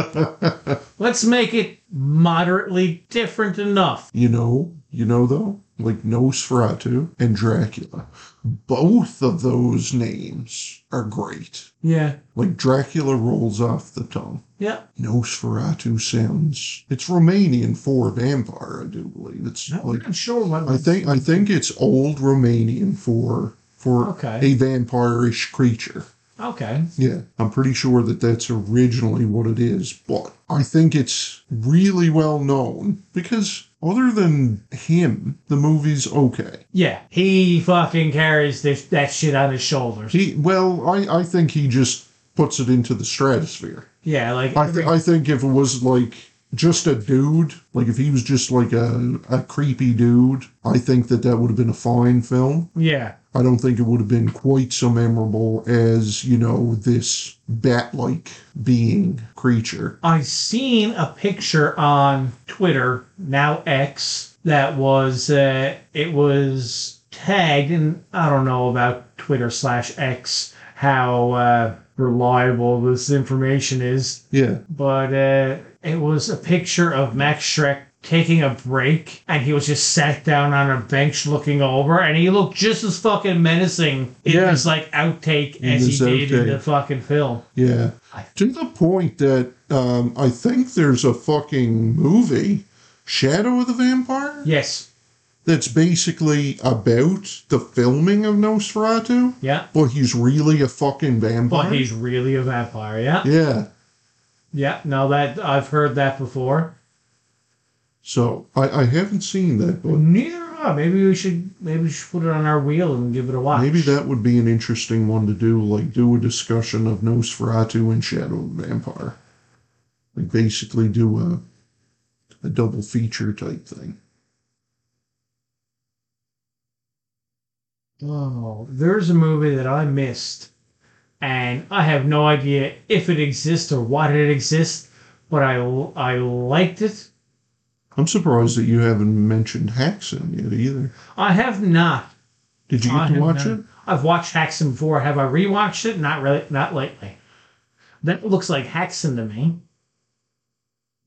Speaker 2: Let's make it moderately different enough.
Speaker 1: you know you know though like Nosferatu and Dracula both of those names are great
Speaker 2: Yeah.
Speaker 1: like Dracula rolls off the tongue
Speaker 2: Yeah.
Speaker 1: Nosferatu sounds it's Romanian for vampire I do believe it's
Speaker 2: I'm
Speaker 1: like
Speaker 2: not sure what
Speaker 1: I think I think it's old Romanian for for
Speaker 2: Okay.
Speaker 1: a vampire-ish creature
Speaker 2: Okay.
Speaker 1: Yeah, I'm pretty sure that that's originally what it is, but I think it's really well known because other than him, the movie's okay.
Speaker 2: Yeah. He fucking carries this, that shit on his shoulders.
Speaker 1: He well, I, I think he just puts it into the stratosphere.
Speaker 2: Yeah. Like,
Speaker 1: I th- I think if it was like just a dude, like if he was just like a, a creepy dude, I think that that would have been a fine film.
Speaker 2: Yeah.
Speaker 1: I don't think it would have been quite so memorable as, you know, this bat like being creature.
Speaker 2: I seen a picture on Twitter, now X, that was uh, it was tagged, and I don't know about Twitter slash X how uh, reliable this information is,
Speaker 1: Yeah.
Speaker 2: but uh, it was a picture of Max Shrek taking a break, and he was just sat down on a bench looking over, and he looked just as fucking menacing in
Speaker 1: Yeah.
Speaker 2: his like outtake
Speaker 1: In
Speaker 2: as he
Speaker 1: his
Speaker 2: did in
Speaker 1: outtake.
Speaker 2: the fucking film.
Speaker 1: Yeah. To the point that um, I think there's a fucking movie, Shadow of the Vampire,
Speaker 2: Yes.
Speaker 1: that's basically about the filming of Nosferatu,
Speaker 2: Yeah.
Speaker 1: but he's really a fucking vampire.
Speaker 2: But he's really a vampire, yeah?
Speaker 1: yeah.
Speaker 2: Yeah, no, that I've heard that before.
Speaker 1: So I, I haven't seen that, but
Speaker 2: Neither have I. Maybe we should maybe we should put it on our wheel and give it a watch.
Speaker 1: maybe that would be an interesting one to do. Like do a discussion of Nosferatu and Shadow of the Vampire. Like basically do a a double feature type thing.
Speaker 2: Oh, there's a movie that I missed, and I have no idea if it exists or why did it exist, but I I liked it.
Speaker 1: I'm surprised that you haven't mentioned Haxon yet either.
Speaker 2: I have not.
Speaker 1: Did you get
Speaker 2: I
Speaker 1: to
Speaker 2: have
Speaker 1: watch
Speaker 2: not.
Speaker 1: it?
Speaker 2: I've watched Haxon before. Have I rewatched it? Not really. Not lately. That looks like Haxon to me,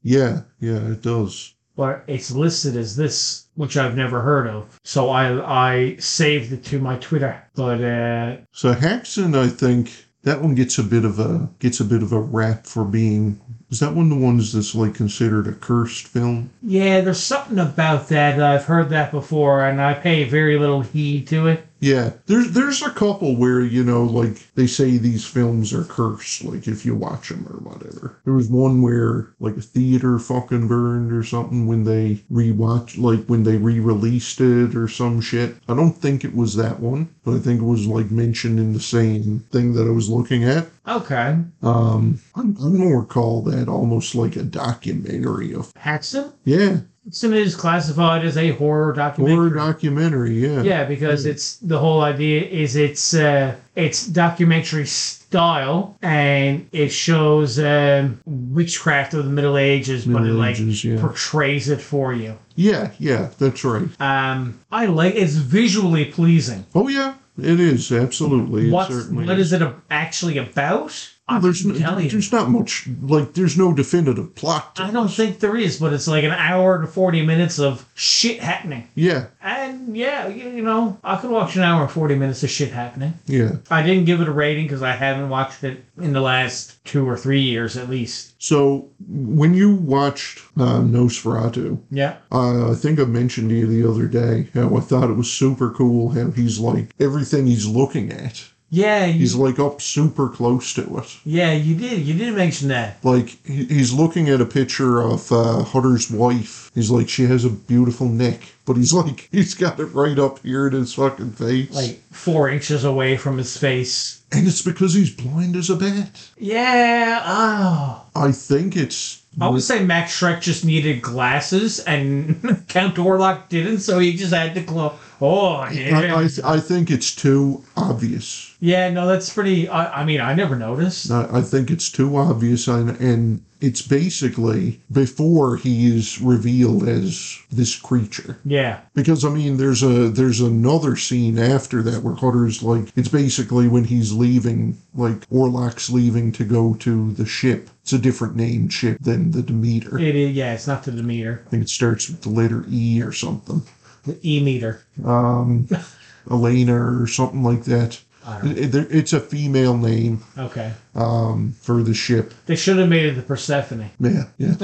Speaker 1: Yeah, yeah, it does.
Speaker 2: but it's listed as this, which I've never heard of. So I I saved it to my Twitter, but uh,
Speaker 1: So Haxon, I think that one gets a bit of a gets a bit of a rap for being. Is that one of the ones that's like considered a cursed film?
Speaker 2: Yeah, there's something about that. I've heard that before, and I pay very little heed to it.
Speaker 1: Yeah, there's there's a couple where you know like they say these films are cursed, like if you watch them or whatever. There was one where like a theater fucking burned or something when they rewatch, like when they re-released it or some shit. I don't think it was that one, but I think it was like mentioned in the same thing that I was looking at.
Speaker 2: Okay.
Speaker 1: Um, I'm, I'm gonna recall that almost like a documentary of
Speaker 2: Paxton?
Speaker 1: yeah
Speaker 2: Paxton is classified as a horror documentary.
Speaker 1: horror documentary. Yeah,
Speaker 2: yeah, because
Speaker 1: Hmm.
Speaker 2: it's the whole idea is it's uh, it's documentary style and it shows um, witchcraft of the Middle Ages, but it
Speaker 1: Middle
Speaker 2: like
Speaker 1: Ages, yeah.
Speaker 2: portrays it for you.
Speaker 1: yeah, yeah. That's right.
Speaker 2: Um, I like it's visually pleasing.
Speaker 1: Oh yeah, it is absolutely. It
Speaker 2: What's,
Speaker 1: certainly
Speaker 2: what is it a- actually about? I
Speaker 1: there's
Speaker 2: couldn't
Speaker 1: no,
Speaker 2: tell you.
Speaker 1: there's not much like there's no definitive plot.
Speaker 2: I don't think there is, but it's like an hour and 40 minutes of shit happening.
Speaker 1: Yeah,
Speaker 2: And yeah, you, you know, I could watch an hour and 40 minutes of shit happening.
Speaker 1: yeah.
Speaker 2: I didn't give it a rating because I haven't watched it in the last two or three years at least.
Speaker 1: So when you watched uh, Nosferatu,
Speaker 2: Yeah.
Speaker 1: uh, I think I mentioned to you the other day how I thought it was super cool how he's like everything he's looking at,
Speaker 2: Yeah, you,
Speaker 1: he's like up super close to it.
Speaker 2: yeah, you did. You did mention that.
Speaker 1: Like he- he's looking at a picture of uh, Hutter's wife. He's like, she has a beautiful neck, but he's like, he's got it right up here in his fucking face,
Speaker 2: Like four inches away from his face.
Speaker 1: and it's because he's blind as a bat.
Speaker 2: Yeah. Oh.
Speaker 1: I think it's.
Speaker 2: I would say Max Shrek just needed glasses and Count Orlok didn't, so he just had to glow. Oh, yeah.
Speaker 1: I, I, I think it's too obvious.
Speaker 2: Yeah, no, that's pretty. I, I mean, I never noticed.
Speaker 1: I, I think it's too obvious, and, and it's basically before he is revealed as this creature.
Speaker 2: Yeah,
Speaker 1: Because I mean, there's a there's another scene after that where Hutter's like, it's basically when he's leaving, like Orlok's leaving to go to the ship. It's a different named ship than the Demeter.
Speaker 2: it is. Yeah, it's not the Demeter,
Speaker 1: I think it starts with the letter E or something.
Speaker 2: the E meter.
Speaker 1: um, Elena or something like that.
Speaker 2: I don't
Speaker 1: It- it- It's a female name
Speaker 2: Okay,
Speaker 1: um, for the ship.
Speaker 2: they should have made it the Persephone.
Speaker 1: Yeah, yeah.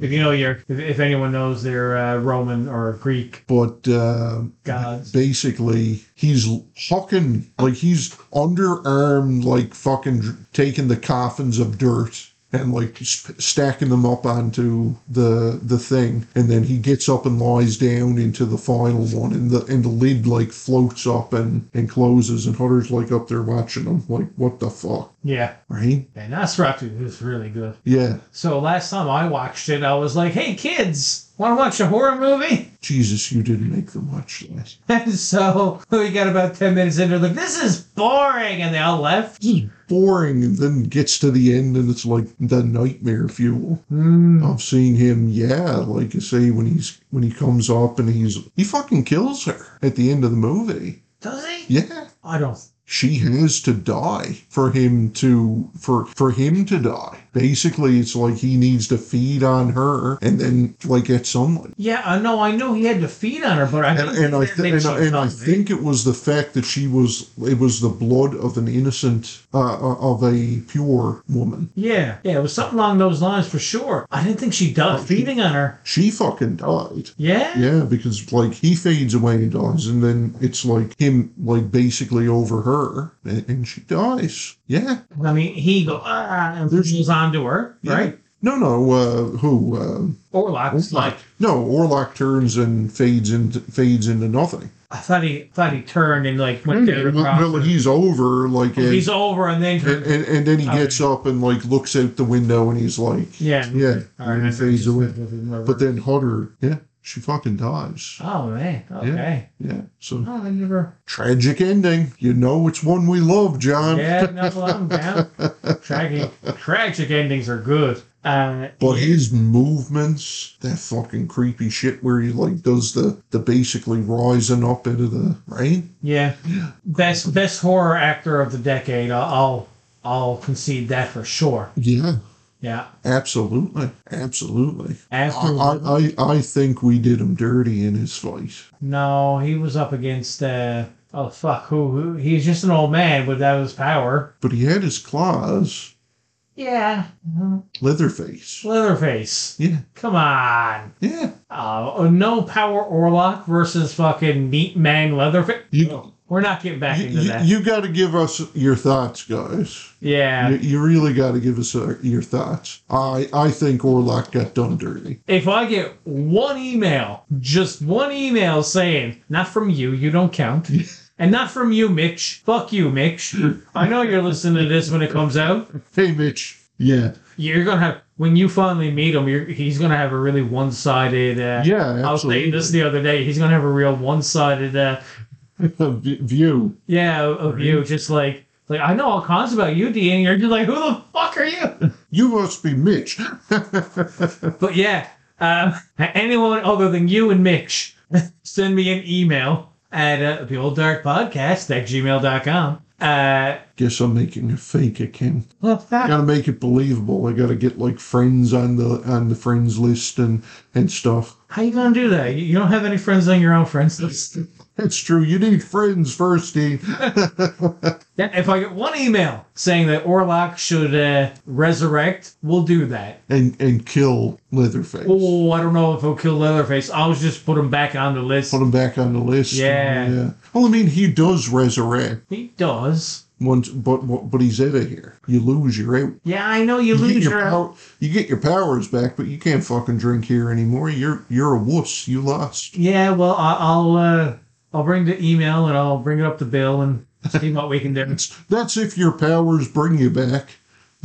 Speaker 2: If you know your, if, if anyone knows their uh, Roman or Greek
Speaker 1: but uh,
Speaker 2: gods.
Speaker 1: basically, he's hucking like he's underarm, like fucking dr- taking the coffins of dirt and like sp- stacking them up onto the the thing and then he gets up and lies down into the final one and the and the lid like floats up and and closes and Hutter's like up there watching him like what the fuck
Speaker 2: Yeah.
Speaker 1: right
Speaker 2: And Nosferatu is really good.
Speaker 1: yeah
Speaker 2: So last time I watched it, I was like, hey, kids, want to watch a horror movie?
Speaker 1: Jesus you didn't make them watch that
Speaker 2: And so we got about 10 minutes in. They're like, this is boring. And they all left.
Speaker 1: this is boring and then gets to the end and it's like the nightmare fuel
Speaker 2: Mm.
Speaker 1: of seeing him yeah like I say when he's when he comes up and he's he fucking kills her at the end of the movie
Speaker 2: Does he?
Speaker 1: yeah
Speaker 2: I don't.
Speaker 1: she has to die for him to for for him to die basically it's like he needs to feed on her and then like get someone
Speaker 2: Yeah, I know. I know he had to feed on her, but I
Speaker 1: and,
Speaker 2: didn't
Speaker 1: and I
Speaker 2: think
Speaker 1: th-
Speaker 2: that
Speaker 1: and,
Speaker 2: she
Speaker 1: I- and I
Speaker 2: felt it.
Speaker 1: think it was the fact that she was it was the blood of an innocent uh, of a pure woman.
Speaker 2: Yeah, yeah, it was something along those lines for sure. I didn't think she
Speaker 1: Oh,
Speaker 2: died
Speaker 1: she-
Speaker 2: feeding on her.
Speaker 1: She fucking died.
Speaker 2: Yeah?
Speaker 1: Yeah, because like he fades away and dies, and then it's like him like basically over her, and, and she dies. Yeah,
Speaker 2: I mean, he go ah, and
Speaker 1: There's-
Speaker 2: pulls onto her,
Speaker 1: yeah.
Speaker 2: right?
Speaker 1: No, no. Uh, who? Uh,
Speaker 2: Orlok was like,
Speaker 1: No, Orlok turns and fades into fades into nothing.
Speaker 2: I thought he thought he turned and like went there to cross
Speaker 1: Hmm. Well,
Speaker 2: her.
Speaker 1: he's over, like,
Speaker 2: Well,
Speaker 1: and,
Speaker 2: he's over and then
Speaker 1: and,
Speaker 2: turned.
Speaker 1: and, and then he
Speaker 2: Okay.
Speaker 1: gets up and like looks out the window and he's like,
Speaker 2: yeah.
Speaker 1: yeah,
Speaker 2: All right,
Speaker 1: and
Speaker 2: I
Speaker 1: fades
Speaker 2: just-
Speaker 1: away.
Speaker 2: remember.
Speaker 1: But then Hunter, yeah, she fucking dies.
Speaker 2: oh man, okay.
Speaker 1: Yeah, so
Speaker 2: Oh, I never.
Speaker 1: tragic ending. You know, it's one we love, John.
Speaker 2: Yeah, no, well, I'm down. Tragic, tragic endings are good. Uh,
Speaker 1: But his movements, that fucking creepy shit where he like does the the basically rising up into the right.
Speaker 2: yeah,
Speaker 1: Yeah.
Speaker 2: best best horror actor of the decade. I'll I'll concede that for sure.
Speaker 1: Yeah.
Speaker 2: Yeah.
Speaker 1: Absolutely. Absolutely.
Speaker 2: After
Speaker 1: I, I, I think we did him dirty in his fight.
Speaker 2: no, he was up against uh oh fuck who who he's just an old man without his power.
Speaker 1: But he had his claws,
Speaker 2: Yeah, mhm.
Speaker 1: Leatherface.
Speaker 2: Leatherface.
Speaker 1: Yeah,
Speaker 2: Come on,
Speaker 1: yeah.
Speaker 2: uh, no power Orlock versus fucking Meat Man Leatherface.
Speaker 1: You-
Speaker 2: Oh, we're not getting back
Speaker 1: You,
Speaker 2: into
Speaker 1: you,
Speaker 2: that.
Speaker 1: got to give us your thoughts, guys.
Speaker 2: yeah,
Speaker 1: You, you really got to give us uh, your thoughts. I, I think Orlok got done dirty.
Speaker 2: if I get one email, just one email saying not from you, you don't count. And not from you, Mitch. Fuck you, Mitch. I know you're listening to this when it comes out.
Speaker 1: Hey, Mitch. Yeah,
Speaker 2: you're gonna have when you finally meet him you're, he's gonna have a really one-sided uh,
Speaker 1: yeah,
Speaker 2: i was saying this
Speaker 1: absolutely.
Speaker 2: the other day he's gonna have a real one-sided uh,
Speaker 1: V- View.
Speaker 2: yeah of you just like like i know all kinds about you dean you're just like who the fuck are you
Speaker 1: You must be Mitch.
Speaker 2: but yeah um, anyone other than you and mitch send me an email at uh, the old dark podcast at gmail.com uh,
Speaker 1: Guess I'm making a fake account. gotta make it believable. I gotta get like friends on the on the friends list and and stuff.
Speaker 2: how you gonna do that you you don't have any friends on your own friends list
Speaker 1: That's true. You need friends first, eh? Dean.
Speaker 2: Yeah, if I get one email saying that Orlok should uh, resurrect, we'll do that.
Speaker 1: and and kill Leatherface.
Speaker 2: Oh, I don't know if he'll kill Leatherface. I'll just put him back on the list.
Speaker 1: Put him back on the list.
Speaker 2: Yeah.
Speaker 1: Well, I mean, he does resurrect
Speaker 2: He does.
Speaker 1: once, but but he's out of here. You lose, you're out.
Speaker 2: Yeah, I know you
Speaker 1: get
Speaker 2: lose
Speaker 1: your
Speaker 2: your.
Speaker 1: pow- you get your powers back, but you can't fucking drink here anymore. You're you're a wuss. You lost.
Speaker 2: yeah, well, I, I'll uh, I'll bring the email and I'll bring it up to Bill and see what we can do.
Speaker 1: That's that's if your powers bring you back.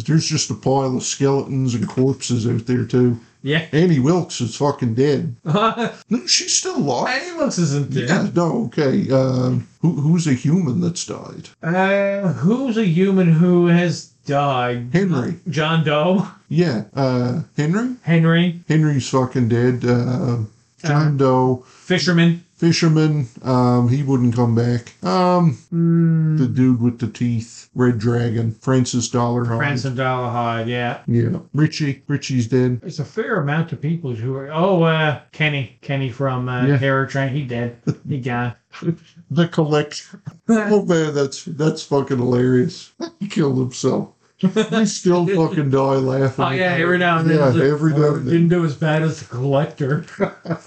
Speaker 1: There's just a pile of skeletons and corpses out there too.
Speaker 2: Yeah,
Speaker 1: Annie Wilkes is fucking dead.
Speaker 2: Annie
Speaker 1: No, she's still alive.
Speaker 2: Wilkes isn't
Speaker 1: Yeah.
Speaker 2: there.
Speaker 1: No. Okay. Um, who, who's a human that's died?
Speaker 2: Uh, who's a human who has died?
Speaker 1: Henry.
Speaker 2: John Doe,
Speaker 1: Yeah. Uh, Henry.
Speaker 2: Henry,
Speaker 1: Henry's fucking dead. Uh,
Speaker 2: Uh-huh.
Speaker 1: John Doe.
Speaker 2: fisherman.
Speaker 1: Fisherman. Um, he wouldn't come back. Um,
Speaker 2: Mm,
Speaker 1: the dude with the teeth. Red Dragon. Francis Dollarhide.
Speaker 2: Francis Dollarhide. Yeah.
Speaker 1: Yeah. Richie. Richie's dead.
Speaker 2: There's a fair amount of people who are. Oh, uh, Kenny, Kenny from uh,
Speaker 1: Yeah.
Speaker 2: Terror Train. He dead. He gone.
Speaker 1: Oh, The collector. oh man, that's that's fucking hilarious. he killed himself. we still fucking die laughing.
Speaker 2: Oh yeah, every now and then.
Speaker 1: Yeah,
Speaker 2: it's like,
Speaker 1: every
Speaker 2: "Oh,
Speaker 1: now
Speaker 2: it
Speaker 1: and then.
Speaker 2: Didn't do as bad as the collector.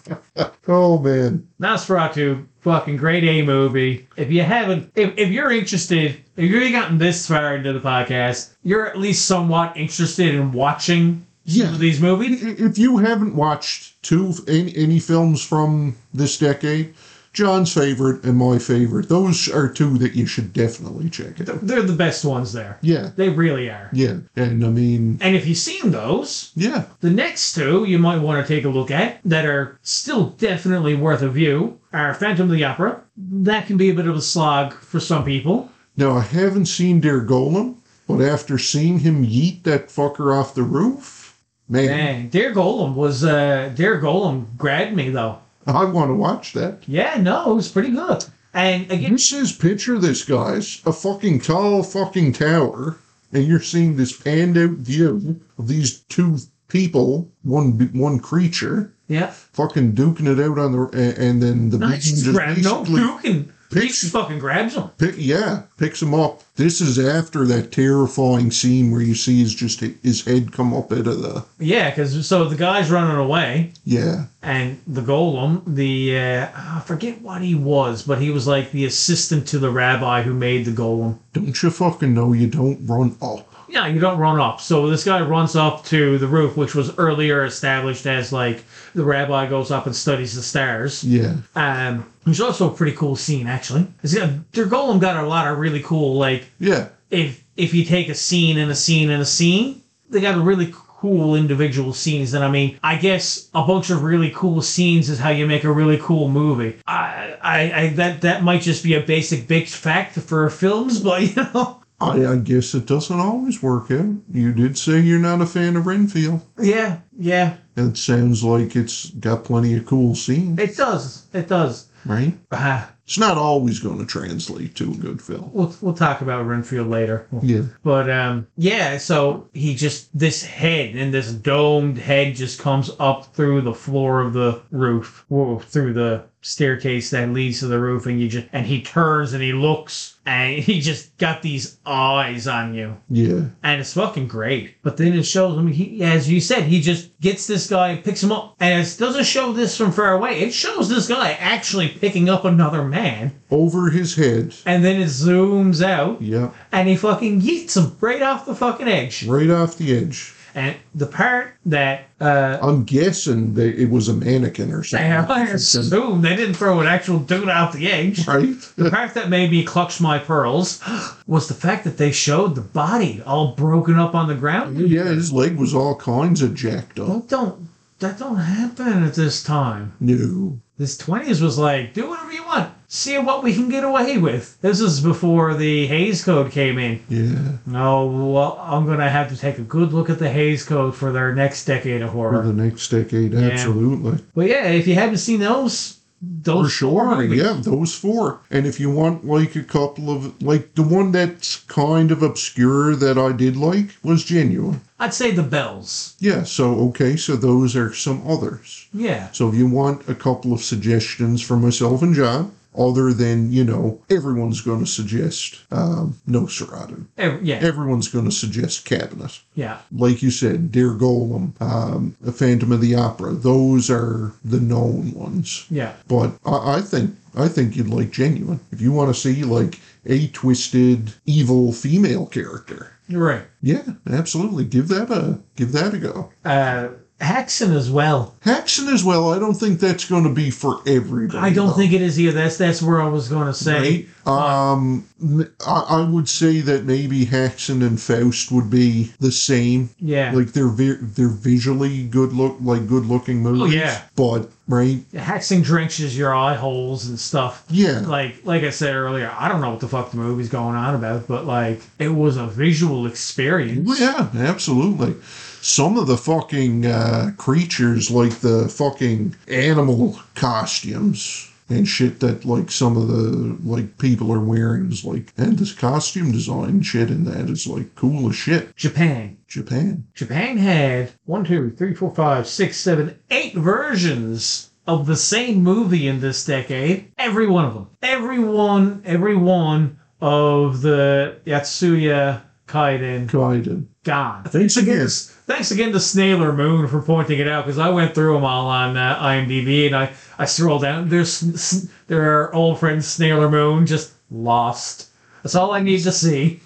Speaker 1: Oh man,
Speaker 2: Nosferatu, fucking great A movie. If you haven't, if, if you're interested, if you've already gotten this far into the podcast, you're at least somewhat interested in watching
Speaker 1: Yeah.
Speaker 2: these movies.
Speaker 1: I- if you haven't watched two any, any films from this decade, John's favorite and my favorite, those are two that you should definitely check out.
Speaker 2: They're the best ones there.
Speaker 1: Yeah,
Speaker 2: They really are.
Speaker 1: yeah, and I mean,
Speaker 2: And if you've seen those,
Speaker 1: yeah,
Speaker 2: the next two you might want to take a look at that are still definitely worth a view are Phantom of the Opera. That can be a bit of a slog for some people.
Speaker 1: Now I haven't seen Der Golem, but after seeing him yeet that fucker off the roof, man,
Speaker 2: Dang, Dear Golem was uh, Dear Golem grabbed me though.
Speaker 1: I want to watch that.
Speaker 2: Yeah, no, it was pretty good. And again,
Speaker 1: This is picture this guys a fucking tall fucking tower, and you're seeing this panned out view of these two people, one b- one creature,
Speaker 2: yeah,
Speaker 1: fucking duking it out on the, a- and then the
Speaker 2: nice.
Speaker 1: beacon
Speaker 2: Just grab, no,
Speaker 1: basically
Speaker 2: Duke and he
Speaker 1: picks-
Speaker 2: fucking grabs him.
Speaker 1: pick, yeah picks him up. This is after that terrifying scene where you see his just his head come up out of the
Speaker 2: Yeah, because so the guy's running away,
Speaker 1: yeah
Speaker 2: and the golem, the uh, I forget what he was, but he was like the assistant to the rabbi who made the golem.
Speaker 1: Don't you fucking know you don't run up?
Speaker 2: Yeah, you don't run up. So this guy runs up to the roof, which was earlier established as like the rabbi goes up and studies the stars.
Speaker 1: Yeah.
Speaker 2: Um, which is also a pretty cool scene actually. It's got, their golem got a lot of really cool like
Speaker 1: Yeah.
Speaker 2: if if you take a scene and a scene and a scene, they got a really cool individual scenes. And I mean, I guess a bunch of really cool scenes is how you make a really cool movie. I I, I that that might just be a basic big fact for films, but you know,
Speaker 1: I, I guess it doesn't always work out. You did say you're not a fan of Renfield.
Speaker 2: yeah, yeah,
Speaker 1: It sounds like it's got plenty of cool scenes,
Speaker 2: it does, it does.
Speaker 1: right?
Speaker 2: Ah,
Speaker 1: It's not always going to translate to a good film.
Speaker 2: we'll we'll talk about Renfield later.
Speaker 1: Yeah.
Speaker 2: But um, yeah, so he just this head and this domed head just comes up through the floor of the roof, whoa, through the staircase that leads to the roof, and you just and he turns and he looks and he just got these eyes on you,
Speaker 1: Yeah.
Speaker 2: and it's fucking great. But then it shows him he, as you said, he just gets this guy, and picks him up, and it doesn't show this from far away. It shows this guy actually picking up another man,
Speaker 1: Over his head.
Speaker 2: and then it zooms out,
Speaker 1: Yeah.
Speaker 2: and he fucking yeets him right off the fucking edge.
Speaker 1: Right off the edge.
Speaker 2: And the part that uh,
Speaker 1: I'm guessing that it was a mannequin or something.
Speaker 2: I assume they didn't throw an actual dude off the edge. The
Speaker 1: Right?
Speaker 2: part that made me clutch my pearls was the fact that they showed the body all broken up on the ground.
Speaker 1: yeah, his leg was all kinds of jacked up.
Speaker 2: That don't that don't happen at this time.
Speaker 1: No.
Speaker 2: This twenties was like do whatever you want, see what we can get away with. This is before the Hayes Code came in.
Speaker 1: Yeah.
Speaker 2: No, well, I'm gonna have to take a good look at the Hayes Code for their next decade of horror.
Speaker 1: For the next decade, absolutely.
Speaker 2: But yeah, if you haven't seen those, those
Speaker 1: For sure,
Speaker 2: movies-
Speaker 1: yeah, those four. And if you want like a couple of like the one that's kind of obscure that I did like was genuine.
Speaker 2: I'd say the bells.
Speaker 1: Yeah, so okay, so those are some others.
Speaker 2: Yeah,
Speaker 1: So if you want a couple of suggestions from myself and John, other than, you know, everyone's gonna suggest um Nosferatu.
Speaker 2: Ev- yeah,
Speaker 1: Everyone's gonna suggest Cabinet.
Speaker 2: yeah.
Speaker 1: Like you said, Dear Golem, um, The Phantom of the Opera, those are the known ones.
Speaker 2: Yeah,
Speaker 1: But I, I think I think you'd like genuine. If you want to see like a twisted evil female character,
Speaker 2: you're right.
Speaker 1: yeah, absolutely. Give that a give that a go.
Speaker 2: Uh, Haxon as well.
Speaker 1: Haxon as well. I don't think that's going to be for everybody.
Speaker 2: I
Speaker 1: though,
Speaker 2: don't think it is either. That's that's where I was going to say.
Speaker 1: Right? Um, m- I, I would say that maybe Haxon and Faust would be the same.
Speaker 2: Yeah,
Speaker 1: Like they're vi- they're visually good look like good looking movies.
Speaker 2: Oh, yeah.
Speaker 1: But right,
Speaker 2: Haxon drenches your eye holes and stuff.
Speaker 1: yeah,
Speaker 2: Like like I said earlier, I don't know what the fuck the movie's going on about, but like it was a visual experience.
Speaker 1: Well, yeah, absolutely. Some of the fucking uh, creatures, like the fucking animal costumes and shit that like some of the like people are wearing is like, and this costume design shit and that is like cool as shit.
Speaker 2: Japan.
Speaker 1: Japan.
Speaker 2: Japan had one, two, three, four, five, six, seven, eight versions of the same movie in this decade. Every one of them. Every one, every one of the Yatsuya Kaiden
Speaker 1: Kaiden.
Speaker 2: gone.
Speaker 1: Thanks again.
Speaker 2: Thanks again to Snailer Moon for pointing it out because I went through them all on uh, IMDb and I, I scrolled down. There's s- their old friend Snailer Moon just lost. That's all I need to see.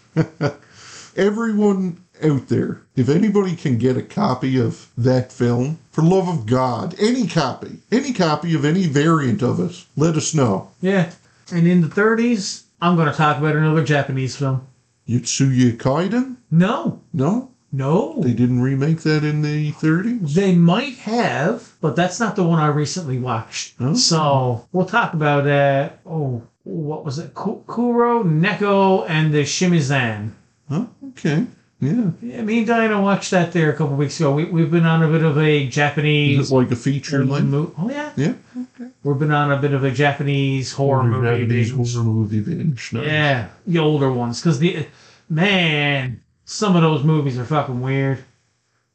Speaker 1: Everyone out there, if anybody can get a copy of that film, for love of God, any copy, any copy of any variant of it, let us know.
Speaker 2: Yeah. And in the 30s, I'm going to talk about another Japanese film.
Speaker 1: Yutsuya Kaiden?
Speaker 2: No,
Speaker 1: No?
Speaker 2: no.
Speaker 1: They didn't remake that in the 30s?
Speaker 2: They might have, but that's not the one I recently watched.
Speaker 1: Oh.
Speaker 2: So we'll talk about uh oh what was it? Ku- Kuro, Neko, and the Shimizan.
Speaker 1: Huh? Okay. Yeah.
Speaker 2: Yeah, me and Diana watched that there a couple weeks ago. We we've been on a bit of a
Speaker 1: Is
Speaker 2: Japanese
Speaker 1: it like a feature length?
Speaker 2: mo- Oh yeah,
Speaker 1: Yeah.
Speaker 2: we've been on a bit of a Japanese horror movie.
Speaker 1: Japanese
Speaker 2: binge.
Speaker 1: horror movie binge. Nice.
Speaker 2: Yeah, the older ones, because the man, some of those movies are fucking weird.